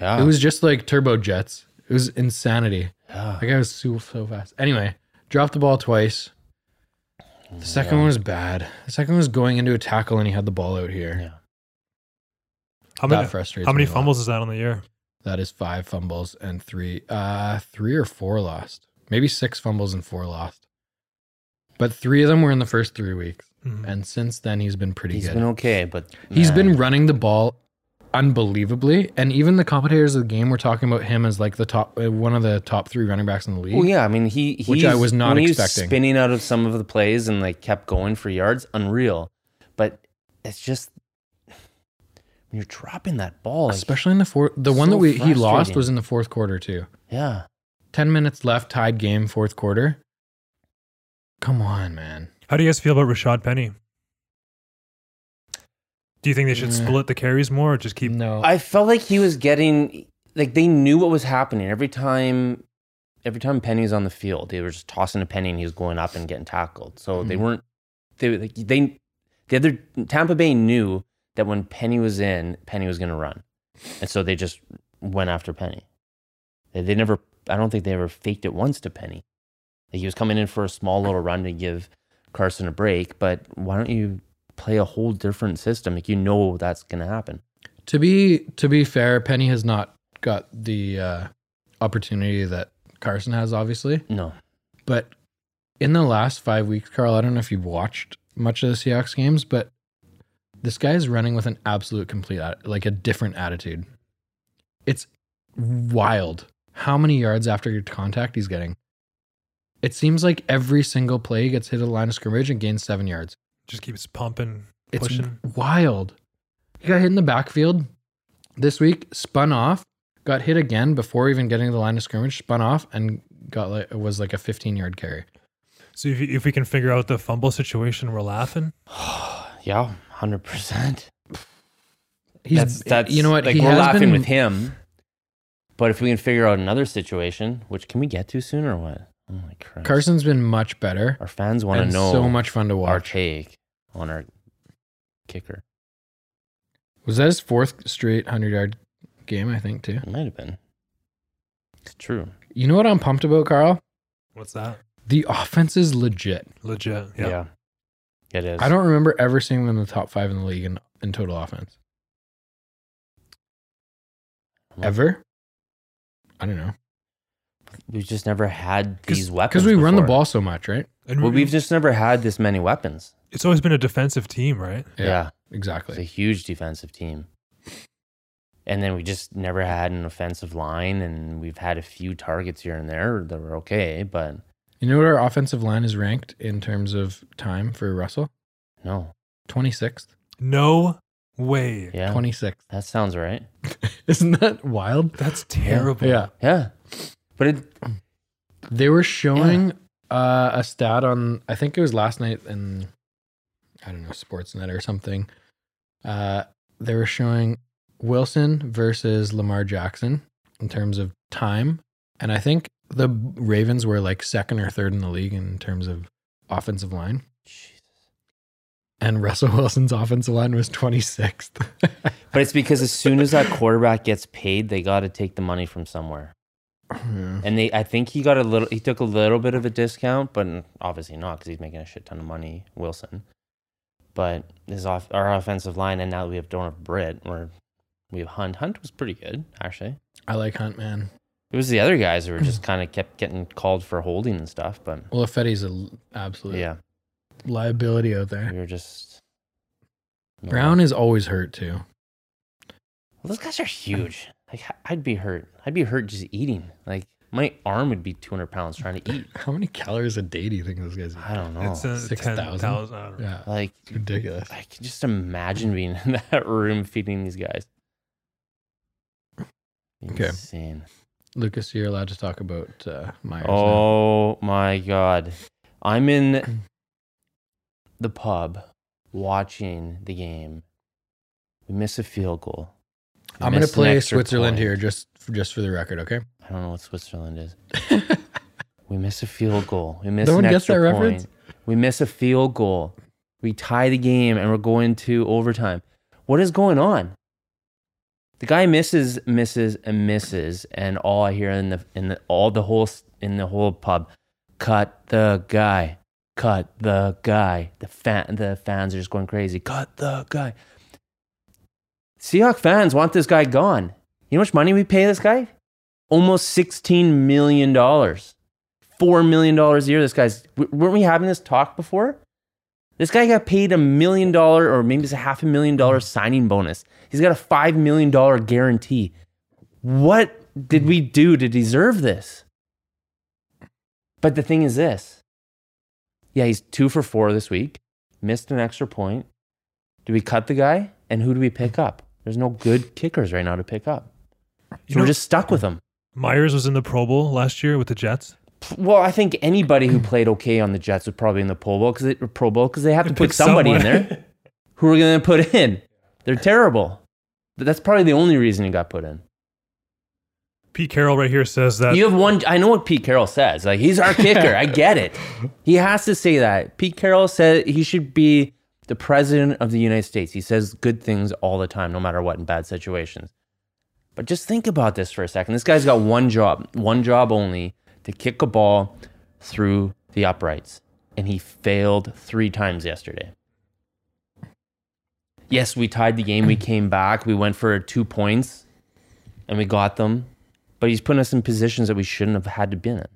S2: Yeah.
S1: It was just like turbo jets. It was insanity.
S2: yeah.
S1: That guy was so so fast. Anyway, dropped the ball twice. The second one was bad. The second one was going into a tackle and he had the ball out here.
S2: Yeah.
S3: How
S1: that
S3: many,
S1: frustrates
S3: how many
S1: me a lot.
S3: fumbles is that on the year?
S1: That is five fumbles and three, uh, three or four lost. Maybe six fumbles and four lost. But three of them were in the first three weeks,
S3: Mhm.
S1: and since then he's been pretty
S2: He's
S1: good.
S2: been okay, but
S1: He's
S2: nah.
S1: been running the ball unbelievably, and even the commentators of the game were talking about him as like the top, uh, one of the top three running backs in the league.
S2: Well, Oh, yeah, I mean, he he's,
S1: Which I was not
S2: when he
S1: expecting.
S2: Was spinning out of some of the plays and like kept going for yards, unreal. But it's just when you're dropping that ball, like,
S1: Especially in the fourth, the one
S2: so
S1: that we he lost
S2: frustrating.
S1: was in the fourth quarter too.
S2: yeah,
S1: Ten minutes left, tied game, fourth quarter. Come on, man.
S3: How do you guys feel about Rashad Penny? Do you think they should
S1: Mm.
S3: split the carries more or just keep?
S1: No,
S2: I felt like he was getting like they knew what was happening every time. Every time Penny was on the field, they were just tossing a penny and he was going up and getting tackled. So they
S1: Mhm.
S2: weren't. They were, like they the other Tampa Bay knew that when Penny was in, Penny was going to run, and so they just went after Penny. They, they never. I don't think they ever faked it once to Penny. Like he was coming in for a small little run to give Carson a break, but why don't you play a whole different system? Like you know that's going to happen.
S1: to be to be fair, Penny has not got the uh, opportunity that Carson has, obviously.
S2: No.
S1: But in the last five weeks, Carl, I don't know if you've watched much of the Seahawks games, but this guy is running with an absolute complete, at- like a different attitude. It's wild how many yards after your contact he's getting. It seems like every single play he gets hit at the line of scrimmage and gains seven yards.
S3: just keeps pumping,
S1: It's
S3: pushing.
S1: wild. He got hit in the backfield this week, spun off, got hit again before even getting to the line of scrimmage, spun off, and got like was like a 15 yard carry.
S3: So if, if we can figure out the fumble situation, we're laughing.
S2: yeah, hundred percent.
S1: He's
S2: that's that's
S1: you know what
S2: Like
S1: he
S2: we're
S1: has
S2: laughing
S1: been-
S2: with him, but if we can figure out another situation, which can we get to soon or what? Oh my Christ!
S1: Carson's been much better.
S2: our fans want
S1: And
S2: to know
S1: so much fun to
S2: our
S1: watch.
S2: take on our kicker.
S1: Was that his fourth straight hundred yard game? I think too.
S2: It might have been. It's true.
S1: You know what I'm pumped about, Carl?
S3: What's that?
S1: The offense is legit.
S3: Legit. Yeah.
S2: Yeah, it is.
S1: I don't remember ever seeing them in the top five in the league in, in total offense.
S2: Hmm.
S1: Ever? I don't know.
S2: We've just never had
S3: 'Cause-
S2: these weapons
S1: Because we run the
S2: before.
S1: ball so much, right?
S3: And
S2: Well,
S3: we-
S2: we've just never had this many weapons.
S3: it's always been a defensive team, right?
S1: Yeah.
S2: yeah. It's a
S1: Exactly.
S2: huge defensive team. And then we just never had an offensive line, and we've had a few targets here and there that were okay, but
S1: You know what our offensive line is ranked in terms of time for Russell?
S2: no.
S1: 26th.
S3: No way.
S2: Yeah.
S1: 26th.
S2: That sounds right.
S1: Isn't that wild?
S3: That's terrible.
S1: Yeah.
S2: Yeah. But it,
S1: They were showing uh, a stat on, I think it was last night in, I don't know, Sportsnet or something. Uh, they were showing Wilson versus Lamar Jackson in terms of time. And I think the Ravens were like second or third in the league in terms of offensive line.
S2: Jeez.
S1: And Russell Wilson's offensive line was 26th.
S2: but it's because as soon as that quarterback gets paid, they got to take the money from somewhere.
S1: Yeah.
S2: And they, I think he got a little, he took a little bit of a discount, but obviously not because he's making a shit ton of money, Wilson. But his off our offensive line, and now we have don't have Britt, or we have Hunt. Hunt was pretty good actually.
S1: I like Hunt, man.
S2: It was the other guys who were just kind of kept getting called for holding and stuff, but
S1: Well, Fetty's an absolute
S2: yeah,
S1: liability out there.
S2: we were just No.
S1: Brown is always hurt too.
S2: Well, those guys are huge. Like I- I'd be hurt. I'd be hurt just eating. Like my arm would be 200 pounds trying to eat.
S1: How many calories a day do you think those guys eat?
S2: I don't know.
S3: It's a
S1: 6,000.
S3: 10,000. I don't know.
S1: Yeah,
S2: like
S1: it's ridiculous.
S2: I can just imagine being in that room feeding these guys.
S1: Okay.
S2: Insane.
S1: Lucas, you're allowed to talk about uh, Myers. now.
S2: Oh my god. I'm in the pub watching the game. We miss a field goal. We
S1: I'm gonna
S2: miss an
S1: play
S2: extra
S1: Switzerland
S2: point.
S1: here just just for the record, okay?
S2: I don't know what Switzerland is. we miss a field goal. We miss
S1: No one
S2: an
S1: gets
S2: extra
S1: that
S2: point.
S1: reference?
S2: We miss a field goal. We tie the game and we're going to overtime. What is going on? The guy misses, misses, and misses, and all I hear in the in the all the whole s- in the whole pub, cut the guy, cut the guy. The fan, the fans are just going crazy. Cut the guy. Seahawks fans want this guy gone. You know how much money we pay this guy? Almost sixteen million dollars, four million dollars a year. This guy's. w- Weren't we having this talk before? This guy got paid a million dollar, or maybe it's a half a million dollar signing bonus. He's got a five million dollar guarantee. What did we do to deserve this? But the thing is this. Yeah, he's two for four this week. Missed an extra point. Do we cut the guy? And who do we pick up? There's no good kickers right now to pick up. So
S3: You know,
S2: we're just stuck with him.
S3: Myers was in the Pro Bowl last year with the Jets.
S2: Well, I think anybody who played okay on the Jets was probably in the Pro Bowl because Pro Bowl because they have to
S3: Pick
S2: put somebody in
S3: someone.
S2: there. Who are going to put in? They're terrible. But that's probably the only reason he got put in.
S3: Pete Carroll right here says that
S2: You have one. I know what Pete Carroll says. Like he's our kicker. I get it. He has to say that. Pete Carroll said he should be the president of the United States. He says good things all the time, no matter what, in bad situations. But just think about this for a second. This guy's got one job, one job only, to kick a ball through the uprights, and he failed three times yesterday. Yes, we tied the game. We came back. We went for two points, and we got them but he's putting us in positions that we shouldn't have had to been in.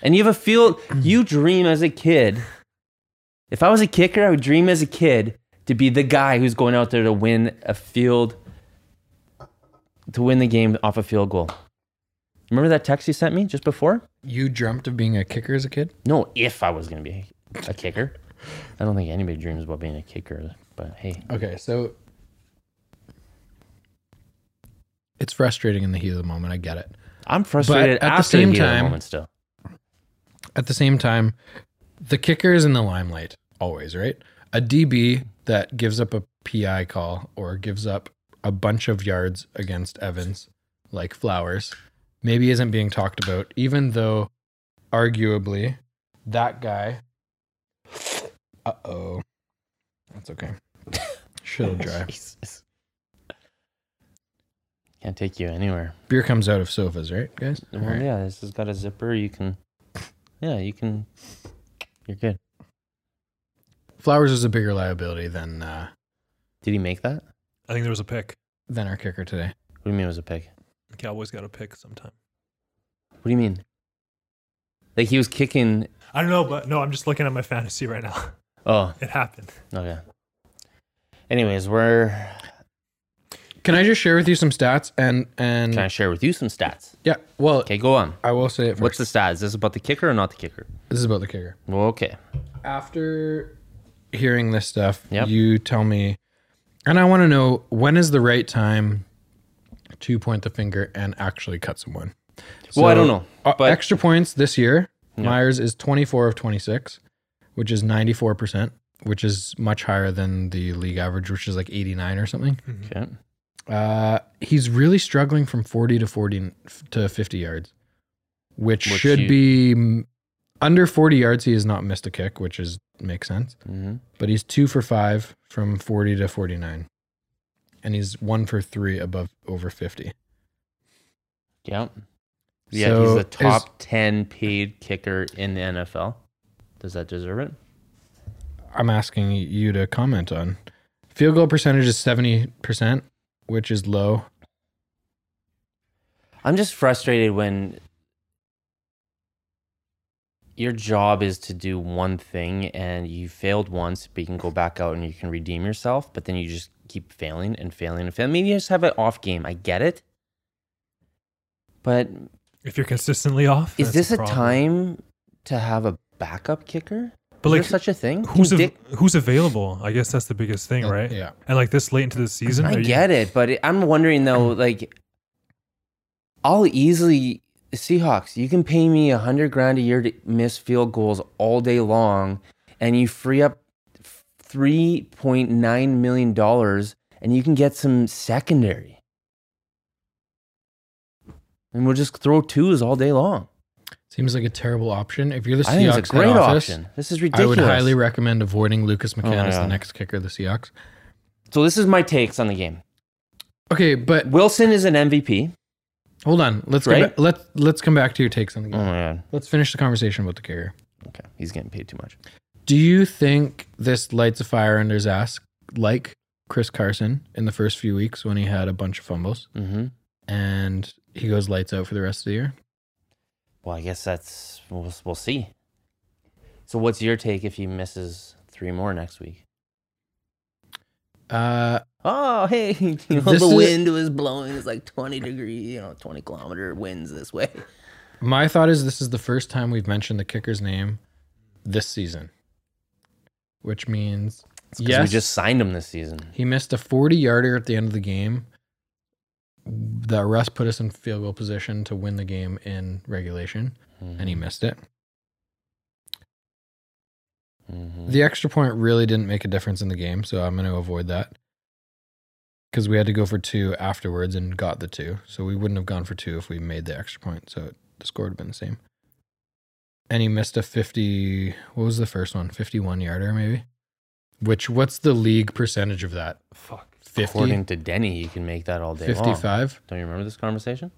S2: And you have a field, you dream as a kid. If I was a kicker, I would dream as a kid to be the guy who's going out there to win a field, to win the game off a field goal. Remember that text you sent me just before?
S1: You dreamt of being a kicker as a kid?
S2: No, if I was going to be a kicker. I don't think anybody dreams about being a kicker, but hey,
S1: Okay, so it's frustrating in the heat of the moment. I get it.
S2: I'm frustrated
S1: But at the
S2: after the
S1: same
S2: heat of the
S1: time-
S2: moment still.
S1: At the same time, the kicker is in the limelight always, right? A DB that gives up a PI call or gives up a bunch of yards against Evans, like Flowers, maybe isn't being talked about, even though arguably that guy. Uh oh. That's okay. Shit'll dry.
S2: Jesus. Can't take you anywhere.
S1: Beer comes out of sofas, right, guys?
S2: Well,
S1: All right.
S2: yeah, this has got a zipper. You can, yeah, you can. You're good.
S1: Flowers is a bigger liability than uh,
S2: Did he make that?
S3: I think there was a pick.
S1: than our kicker today.
S2: What do you mean it was a pick?
S3: The Cowboys got a pick sometime.
S2: What do you mean? Like he was kicking.
S3: I don't know, but no, I'm just looking at my fantasy right now.
S2: Oh,
S3: It happened.
S2: okay. Anyways, we're.
S1: Can I just share with you some stats and and
S2: Can I share with you some stats?
S1: yeah? Well,
S2: Okay, go on.
S1: I will say it first.
S2: What's the stats? Is this about the kicker or not the kicker?
S1: This is about the kicker.
S2: Okay.
S1: After hearing this stuff,
S2: Yep.
S1: you tell me, and I want to know when is the right time to point the finger and actually cut someone.
S2: Well, I don't know,
S1: uh,
S2: but-
S1: extra points this year, Myers is twenty four of twenty six, which is ninety four percent, which is much higher than the league average, which is like eighty nine or something.
S2: Okay.
S1: Uh, he's really struggling from 40 to 40 to 50 yards, which,
S2: Which
S1: should
S2: you-
S1: be mm, under 40 yards. He has not missed a kick, which is makes sense.
S2: Mm-hmm.
S1: But he's two for five from 40 to 49, and he's one for three above over 50.
S2: Yep. Yeah,
S1: So
S2: he's the
S1: is-
S2: top ten paid kicker in the NFL. Does that deserve it?
S1: I'm asking you to comment on field goal percentage is 70 percent, which is low.
S2: I'm just frustrated when your job is to do one thing and you failed once, but you can go back out and you can redeem yourself, but then you just keep failing and failing and failing. I mean, you just have an off game. I get it. But
S3: If you're consistently off,
S2: is
S3: that's
S2: this a,
S3: problem.
S2: time to have a backup kicker?
S3: But
S2: is
S3: like,
S2: there such a thing? Mm, Can
S3: who's av-
S2: Dick-
S3: who's available? I guess that's the biggest thing,
S1: Uh,
S3: right?
S1: yeah.
S3: And like this late into the season,
S2: I
S3: are you-
S2: get it, but it, I'm wondering though, like, I'll easily Seahawks. You can pay me a hundred grand a year to miss field goals all day long, and you free up three point nine million dollars, and you can get some secondary, and we'll just throw twos all day long.
S1: Seems like a terrible option. If you're the
S2: I think it's
S1: Seahawks
S2: a great
S1: head office,
S2: option. This is
S1: I
S2: ridiculous.
S1: would highly recommend avoiding Lucas McCann
S2: Oh,
S1: as
S2: yeah.
S1: the next kicker of the Seahawks.
S2: so this is my takes on the game.
S1: Okay, but
S2: Wilson is an MVP.
S1: hold on. Let's go
S2: Right?
S1: back- let let's come back to your takes on the
S2: Oh
S1: game.
S2: my god.
S1: Let's finish the conversation about the kicker.
S2: Okay, he's getting paid too much.
S1: Do you think this lights a fire under his ass, like Chris Carson in the first few weeks when he had a bunch of fumbles
S2: Mm-hmm.
S1: and he goes lights out for the rest of the year.
S2: Well, I guess that's we'll, we'll see. So, what's your take if he misses three more next week?
S1: Uh,
S2: Oh, hey, you know,
S1: This
S2: the
S1: is-
S2: wind was blowing. It's like 20 degree, you know, 20 kilometer winds this way.
S1: My thought is this is the first time we've mentioned the kicker's name this season, which means
S2: 'Cause
S1: yes,
S2: we just signed him this season.
S1: he missed a 40 yarder at the end of the game. The rest put us in field goal position to win the game in regulation, and
S2: Mm-hmm.
S1: he missed it.
S2: Mhm.
S1: The extra point really didn't make a difference in the game, so I'm going to avoid that because we had to go for two afterwards and got the two. So we wouldn't have gone for two if we made the extra point. So the score would have been the same. And he missed a 50. What was the first one? 51 yarder, maybe? Which, what's the league percentage of that?
S3: Fuck.
S1: 50?
S2: According to Denny, you can make that all day long.
S1: 55?
S2: Don't you remember this conversation?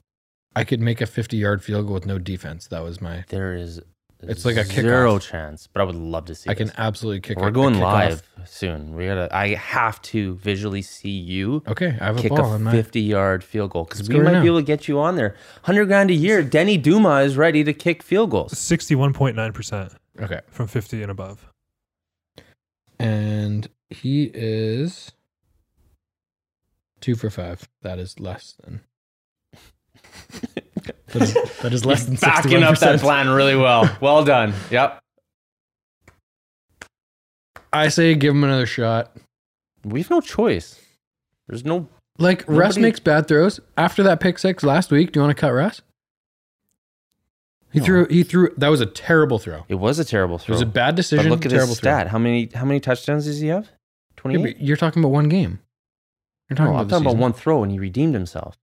S1: I could make a 50 yard field goal with no defense. That was my.
S2: There is
S1: It's like a
S2: zero
S1: kickoff.
S2: chance, but I would love to see.
S1: I can
S2: this.
S1: absolutely kick a-
S2: We're
S1: a
S2: going
S1: kickoff.
S2: live soon. We gotta. I have to visually see you
S1: Okay, I have a
S2: kick
S1: ball
S2: a
S1: in my.
S2: fifty-yard field goal because
S1: Let's
S2: we
S1: go right
S2: might be
S1: now.
S2: able to get you on there. Hundred grand a year. Denny Duma is ready to kick field goals.
S3: 61.9%
S1: Okay.
S3: from 50 and above.
S1: and he is two for five. That is less than. That is, that is less than
S2: Backing
S1: sixty-one
S2: up that
S1: percent.
S2: plan really well. Well done. Yep.
S1: I say give him another shot.
S2: We've no choice. There's no.
S1: Like Russ
S2: Nobody-
S1: makes bad throws after that pick six last week. Do you want to cut Russ? He
S2: No.
S1: threw. He threw. That was a terrible throw.
S2: It was a terrible
S1: It
S2: throw.
S1: was a bad
S2: but
S1: decision.
S2: look at
S1: terrible
S2: his stat. How many? How many touchdowns does he have?
S1: throw. Yeah,
S2: Twenty-eight.
S1: but You're talking about one game. You're
S2: No,
S1: talking, about,
S2: I'm
S1: the
S2: talking about
S1: season.
S2: one throw, and he redeemed himself.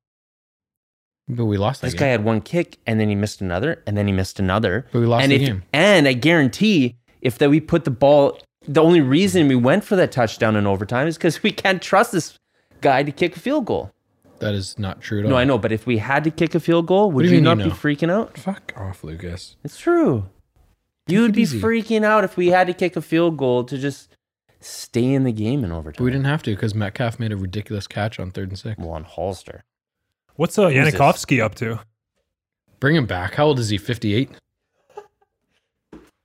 S1: But we lost that
S2: This
S1: game.
S2: guy had one kick, and then he missed another, and then he missed another.
S1: But we lost
S2: and
S1: the
S2: if,
S1: game.
S2: And I guarantee, if that we put the ball, the only reason we went for that touchdown in overtime is because we can't trust this guy to kick a field goal.
S1: that is not true at all.
S2: No, I know, but if we had to kick a field goal, would
S1: do you
S2: you,
S1: mean you
S2: not be
S1: know?
S2: freaking out?
S1: Fuck off, Lucas.
S2: It's true. You'd
S1: it
S2: be
S1: easy.
S2: freaking out if we had to kick a field goal to just stay in the game in
S1: But
S2: overtime.
S1: we didn't have to because Metcalf made a ridiculous catch on third and six.
S2: Well, on Holster.
S3: What's uh,
S2: Who's this?
S3: Yanikovsky up to?
S1: Bring him back. How old is he? 58?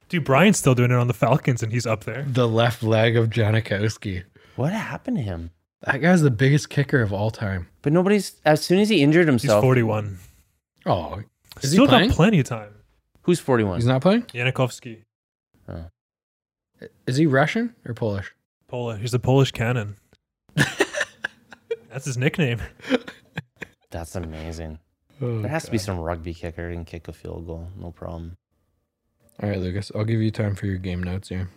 S3: Dude, Brian's still doing it on the Falcons and he's up there.
S1: The left leg of Janikowski.
S2: What happened to him?
S1: That guy's the biggest kicker of all time.
S2: But nobody's. As soon as he injured
S3: He's
S2: himself,
S3: 41.
S1: Oh, is
S3: still
S1: he playing?
S3: got plenty of time.
S2: who's forty-one?
S1: He's not playing?
S3: Yanikovsky,
S1: Is he Russian or Polish?
S3: Polish. He's a Polish cannon. That's his nickname.
S2: That's amazing.
S1: Oh,
S2: There has to
S1: uh,
S2: be some rugby kicker and kick a field goal, no problem.
S1: All right, Lucas, I'll give you time for your game notes here.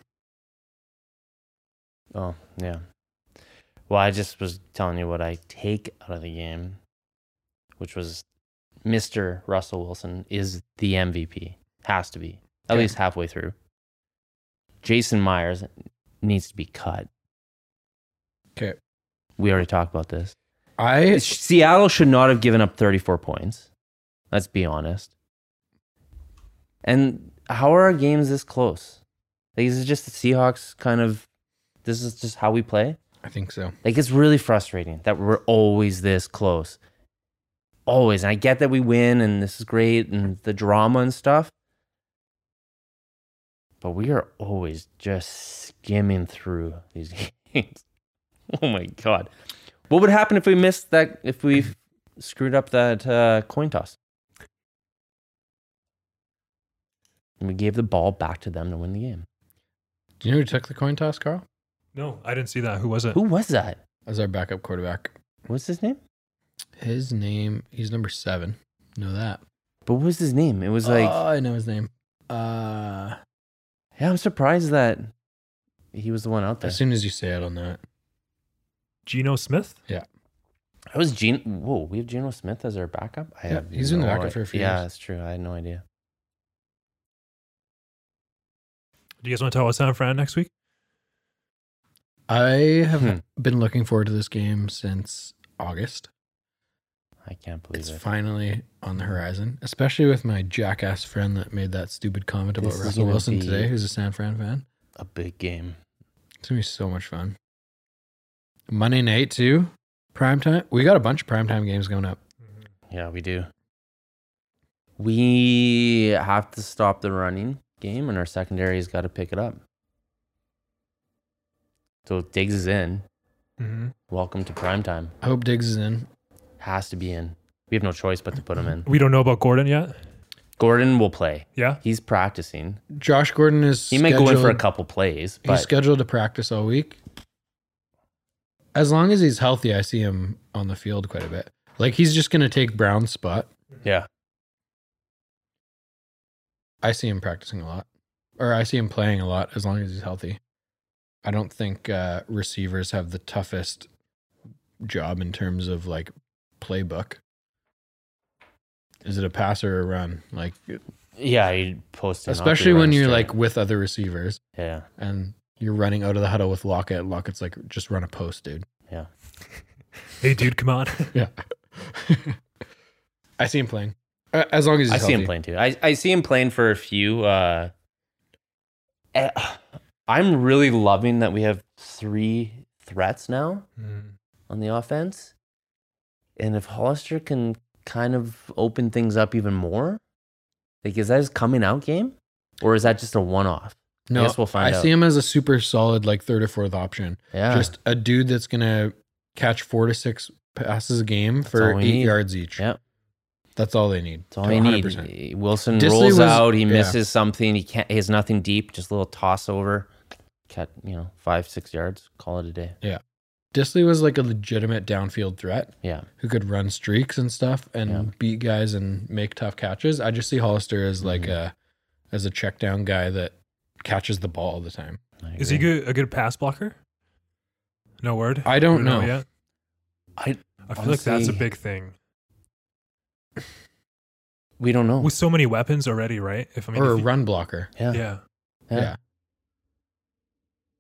S2: Oh yeah. Well, I just was telling you what I take out of the game, which was Mr. Russell Wilson is the MVP. Has to be at
S1: Okay.
S2: least halfway through. Jason Myers needs to be cut.
S1: Okay.
S2: We already talked about this.
S1: I
S2: Seattle should not have given up 34 points. Let's be honest. And how are our games this close? Like, is it just the Seahawks kind of, this is just how we play?
S1: I think so.
S2: Like, it's really frustrating that we're always this close. Always. And I get that we win and this is great and the drama and stuff. But we are always just skimming through these games. oh my God. What would happen if we missed that, if we screwed up that uh, coin toss? And we gave the ball back to them to win the game.
S1: Do you know who took the coin toss, Carl?
S3: No, I didn't see that. Who was it?
S2: Who was that?
S1: As our backup quarterback.
S2: What's his name?
S1: His name, he's number seven. Know that.
S2: But what was his name? It was like.
S1: oh, I know his name. Uh,
S2: Yeah, I'm surprised that he was the one out there.
S1: as soon as you say it, I'll know it.
S3: Geno Smith?
S2: I was Gene. Whoa, we have Geno Smith as our backup. I
S1: Yeah,
S2: have
S1: he's been the
S2: no
S1: backup
S2: i-
S1: for a few
S2: Yeah,
S1: years.
S2: that's true. I had no idea.
S3: Do you guys want to talk about San Fran next week?
S1: I have
S2: Hmm.
S1: been looking forward to this game since August.
S2: I can't believe
S1: It's
S2: it.
S1: finally on the horizon, especially with my jackass friend that made that stupid comment about
S2: This is
S1: Russell
S2: gonna
S1: Wilson
S2: be-
S1: today, who's a San Fran fan.
S2: A big game.
S1: It's gonna be so much fun. Monday night too, prime time. We got a bunch of primetime games going up.
S2: Yeah, we do. We have to stop the running game, and our secondary's got to pick it up. So if Diggs is in.
S1: Mm-hmm.
S3: Mhm.
S2: Welcome to prime time.
S1: I hope Diggs is in.
S2: Has to be in. We have no choice but to put him in.
S3: We don't know about Gordon yet.
S2: Gordon will play.
S3: Yeah.
S2: He's practicing.
S1: Josh Gordon is.
S2: He might go in for a
S1: scheduled-
S2: couple plays,
S1: He's
S2: but
S1: scheduled to practice all week. As long as he's healthy, I see him on the field quite a bit. Like he's just gonna take Brown's spot.
S2: yeah,
S1: I see him practicing a lot, or I see him playing a lot as long as he's healthy. I don't think uh, receivers have the toughest job in terms of like playbook. Is it a pass or a run? Like,
S2: yeah, you post.
S1: especially when you're like with other receivers
S2: yeah,
S1: and you're running out of the huddle with Lockett. Lockett's like, just run a post, dude.
S3: Hey, dude, come on.
S1: Yeah. I see him playing. Uh, As long as he's
S2: I see him
S1: healthy.
S2: playing too. I I see him playing for a few. Uh, eh, I'm really loving that we have three threats now
S3: Mm.
S2: on the offense, and if Hollister can kind of open things up even more, like is that his coming out game, or is that just a one off?
S1: No,
S2: guess we'll find
S1: I
S2: out.
S1: see him as a super solid, like third or fourth option.
S2: Yeah,
S1: Just a dude that's gonna catch four to six passes a game
S2: all
S1: for
S2: we
S1: eight
S2: need.
S1: yards each.
S2: Yep.
S1: That's all they need.
S2: That's all he need.
S1: 100%.
S2: Wilson
S1: Disley
S2: rolls
S1: was-
S2: out. He
S1: yeah.
S2: misses something. He can't. He has nothing deep. Just a little toss over. Cat, you know, five six yards. Call it a day.
S1: Disley was like a legitimate downfield threat
S2: Yeah,
S1: who could run streaks and stuff and
S2: Yeah.
S1: beat guys and make tough catches. I just see Hollister as like
S2: Mhm.
S1: a as a check down guy that catches the ball all the time.
S2: I
S3: Is he
S2: agree.
S3: good, a good pass blocker? No word.
S1: I don't
S3: We
S1: know.
S3: yet.
S2: I-
S3: I feel like that's a
S2: honestly-
S3: big thing
S2: We don't know.
S3: with so many weapons already, right? If I mean,
S1: or a
S3: if you-
S1: run blocker.
S2: yeah.
S3: yeah.
S2: Yeah.
S1: Yeah.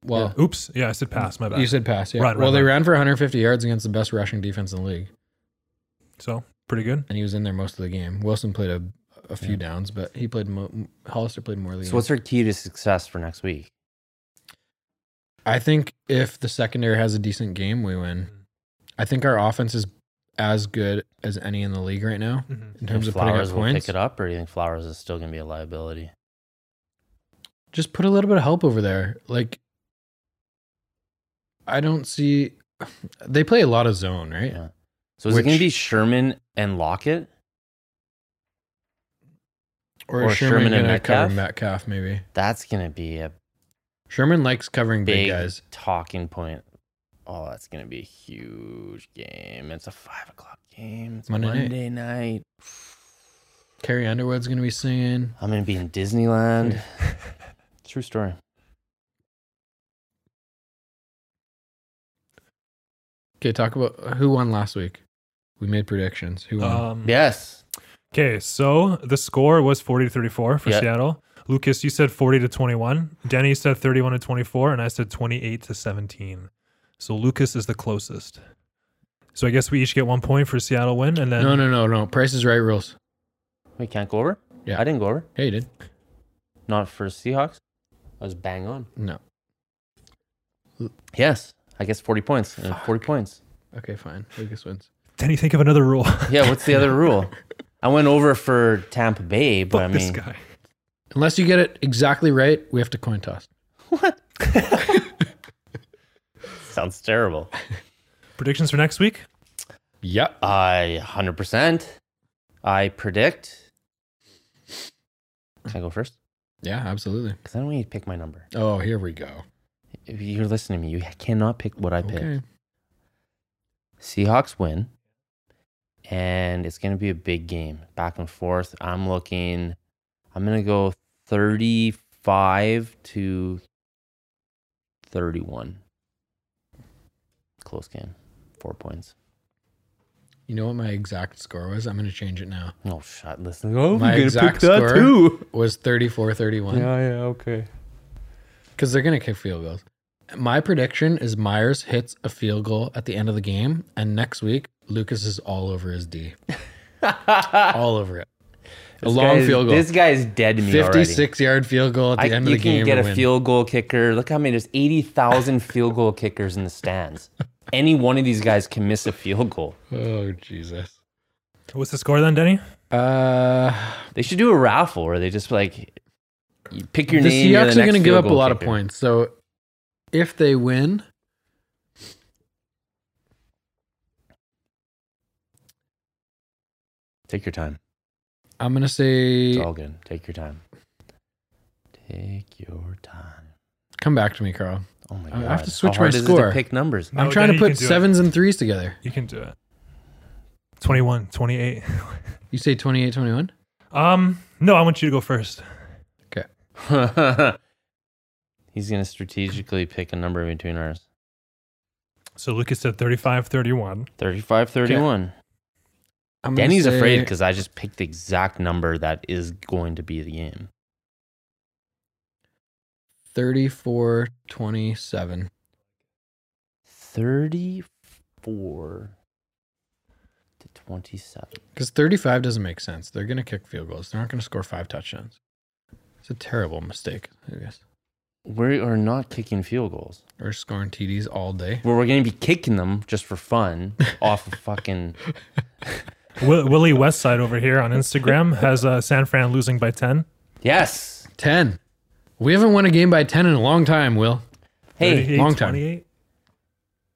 S1: Well,
S3: Oops. Yeah, I said pass. My bad.
S1: You said pass, yeah.
S3: Run, run,
S1: well, they
S3: run.
S1: ran for 150 yards against the best rushing defense in the league,
S3: so pretty good.
S1: and he was in there most of the game. Wilson played a, a few
S2: Yeah.
S1: downs, but he played mo- Hollister played more of the
S2: So
S1: game.
S2: what's our key to success for next week?
S1: I think if the secondary has a decent game, we win. I think our offense is as good as any in the league right now
S3: Mhm.
S1: in terms of
S2: Think
S1: putting up
S2: Flowers will
S1: points.
S2: pick it up, or do you think Flowers is still going to be a liability?
S1: Just put a little bit of help over there. Like, I don't see. They play a lot of zone, right?
S2: Yeah. So is it going
S1: Which-
S2: to be Sherman and Lockett?
S1: Or,
S2: Or
S1: is Sherman,
S2: Sherman and
S1: gonna cover
S2: Metcalf?
S1: Metcalf maybe.
S2: That's going to be a
S1: Sherman likes covering big
S2: big
S1: guys.
S2: talking point. Oh, that's going to be a huge game. It's a five o'clock game. It's
S1: Monday
S2: Monday,
S1: night.
S2: night.
S1: Carrie Underwood's gonna be singing.
S2: I'm going to be in Disneyland. True story.
S1: Okay, talk about who won last week. We made predictions. Who won?
S2: Uh,
S3: Um,
S2: Yes.
S3: Okay, so the score was 40 to 34 for
S2: Yeah.
S3: Seattle. Lucas, you said 40 to 21. Danny said 31 to 24, and I said 28 to 17. So Lucas is the closest. So I guess we each get one point for Seattle win, and then
S1: no, no, no, no. Price is right rules.
S2: We can't go over?
S1: Yeah.
S2: I didn't go over.
S1: Hey, you did?
S2: Not for Seahawks. I was bang on.
S1: No.
S2: Yes. I guess 40 points. And 40 points.
S1: Okay, fine. Lucas wins.
S3: Danny, think of another rule.
S2: Yeah, what's the other rule? I went over for Tampa Bay, but I
S3: Fuck this
S2: mean,
S3: guy.
S1: Unless you get it exactly right, we have to coin toss.
S2: what? Sounds terrible.
S3: Predictions for next week?
S1: Yep.
S2: I 100%. I predict. Can I go first?
S1: Yeah, absolutely.
S2: Because I don't want you to pick my number.
S1: Oh, here we go.
S2: If you're listening to me, you cannot pick what I pick.
S1: Okay.
S2: Seahawks win, and it's going to be a big game, back and forth. I'm looking, I'm going to go 35 to 31. Close game, four points.
S1: You know what my exact score was? I'm going to change it now.
S2: Oh, shut! Listen, oh,
S1: My
S2: you're gonna
S1: exact
S2: pick that
S1: score?
S2: too.
S1: Was 34 31.
S2: yeah, okay.
S1: Because they're going to kick field goals. My prediction is Myers hits a field goal at the end of the game. And next week, Lucas is all over his D. all over it. A long field goal.
S2: Ah. This guy is dead to me already.
S1: 56 yard field goal at the
S2: I,
S1: end of
S2: you
S1: the game.
S2: can get
S1: to
S2: a
S1: win.
S2: field goal kicker. Look how many. There's eighty thousand field goal kickers in the stands. Any one of these guys can miss a field goal.
S1: Oh Jesus!
S3: What's the score then, Denny?
S1: Uh,
S2: They should do a raffle where they just like you pick your
S1: the
S2: name. you're
S1: Seahawks
S2: the
S1: are going to
S2: next
S1: give
S2: field
S1: up a
S2: goal
S1: lot of
S2: kicker.
S1: points. So if they win,
S2: Take your time.
S1: I'm going to say
S2: It's all good. Take your time. Take your time.
S1: come back to me, Carl.
S2: Oh my
S1: I
S2: god!
S1: have to switch
S2: How hard
S1: my
S2: is it
S1: score.
S2: to pick numbers.
S3: No,
S1: I'm trying to
S3: Danny, you
S1: put
S3: can do it.
S1: sevens and threes together.
S3: You can do it. 21, 28.
S1: You say 28 21?
S3: Um, no, I want you to go first.
S2: He's gonna strategically pick a number between ours.
S3: So Lucas said 35, 31.
S2: 35, 31.
S1: I'm gonna
S2: Danny's
S1: say-
S2: afraid because I just picked the exact number that is going to be the game.
S1: 34 27.
S2: 34 to 27.
S1: Because 35 doesn't make sense. They're going to kick field goals. They're not going to score five touchdowns. It's a terrible mistake, I guess.
S2: We are not kicking field goals.
S1: Or scoring TDs all day.
S2: Well, we're going to be kicking them just for fun off of fucking.
S3: Will, Willie Westside over here on Instagram has uh, San Fran losing by 10.
S2: Yes.
S1: 10. We haven't won a game by 10 in a long time, Will.
S2: Hey,
S3: 38,
S1: long time.
S3: 28.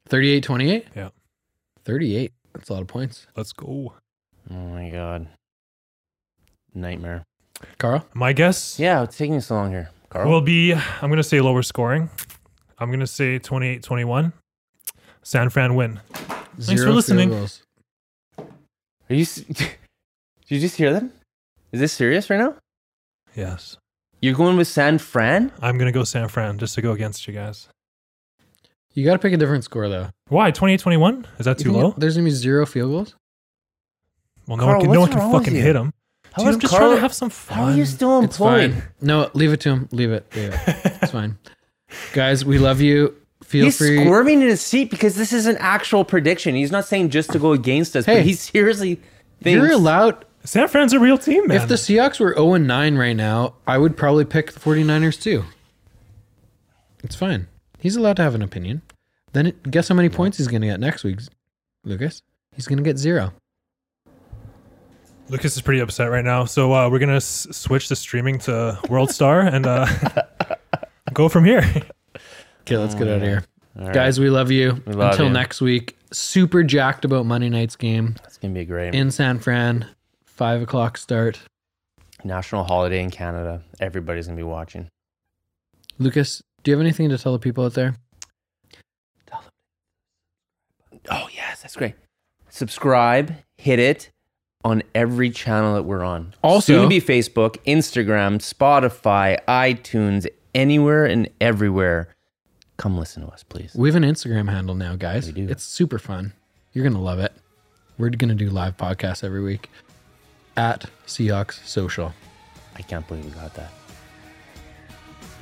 S1: 38 28?
S3: Yeah.
S1: 38. That's a lot of points.
S3: Let's go.
S2: oh my God. Nightmare.
S1: Carl?
S3: My guess
S2: Yeah, it's taking so long here. Carl?
S3: will be I'm going to say lower scoring. I'm going to say 28, 21. San Fran win. for
S1: field
S3: listening.
S1: goals.
S2: are you. s- Did you just hear them? Is this serious right now?
S3: Yes.
S2: You're going with San Fran?
S3: I'm going to go San Fran just to go against you guys.
S1: You got to pick a different score, though.
S3: Why? 28, 21? Is that
S1: You
S3: too
S1: think
S3: low?
S1: There's going to be zero field goals?
S3: Well, no
S2: Carl,
S3: one can, no one
S2: what's
S3: can
S2: wrong with
S3: fucking
S2: you?
S3: hit him.
S2: How
S3: Dude,
S2: is
S3: I'm just
S2: Carl-
S3: trying to have some fun.
S2: How are you still
S1: It's
S2: employed?
S1: fine. No, leave it to him. Leave it. Leave it. It's fine. Guys, we love you. Feel
S2: he's
S1: free.
S2: squirming in his seat because this is an actual prediction. He's not saying just to go against us,
S1: Hey.
S2: but he seriously thinks.
S1: You're allowed.
S3: San Fran's a real team, man.
S1: If the Seahawks were 0 9 right now, I would probably pick the 49ers too. It's fine. He's allowed to have an opinion. Then it, guess how many points he's going to get next week, Lucas? He's going to get zero.
S3: Lucas is pretty upset right now, so uh, we're gonna s- switch the streaming to WorldStar and uh, go from here.
S1: Okay, let's get out of here.
S2: All right.
S1: Guys, we love you.
S2: We love
S1: Until
S2: you.
S1: next week. Super jacked about Monday night's game
S2: It's gonna be great.
S1: in San Fran. Five o'clock start.
S2: National holiday in Canada. Everybody's gonna be watching.
S1: Lucas, do you have anything to tell the people out there?
S2: Oh yes, that's great. Subscribe, hit it on every channel that we're on.
S1: Also-
S2: soon to be Facebook, Instagram, Spotify, iTunes, anywhere and everywhere. Come listen to us, please.
S1: We have an Instagram handle now, guys.
S2: We do.
S1: It's super fun. You're going to love it. We're going to do live podcasts every week at Seahawks Social.
S2: I can't believe we got that.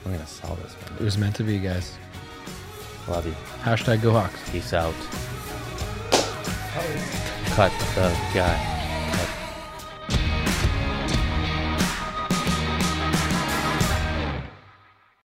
S2: We're gonna sell this one.
S1: It was meant to be, guys.
S2: Love you.
S1: Hashtag go Hawks.
S2: Peace out. Cut the guy.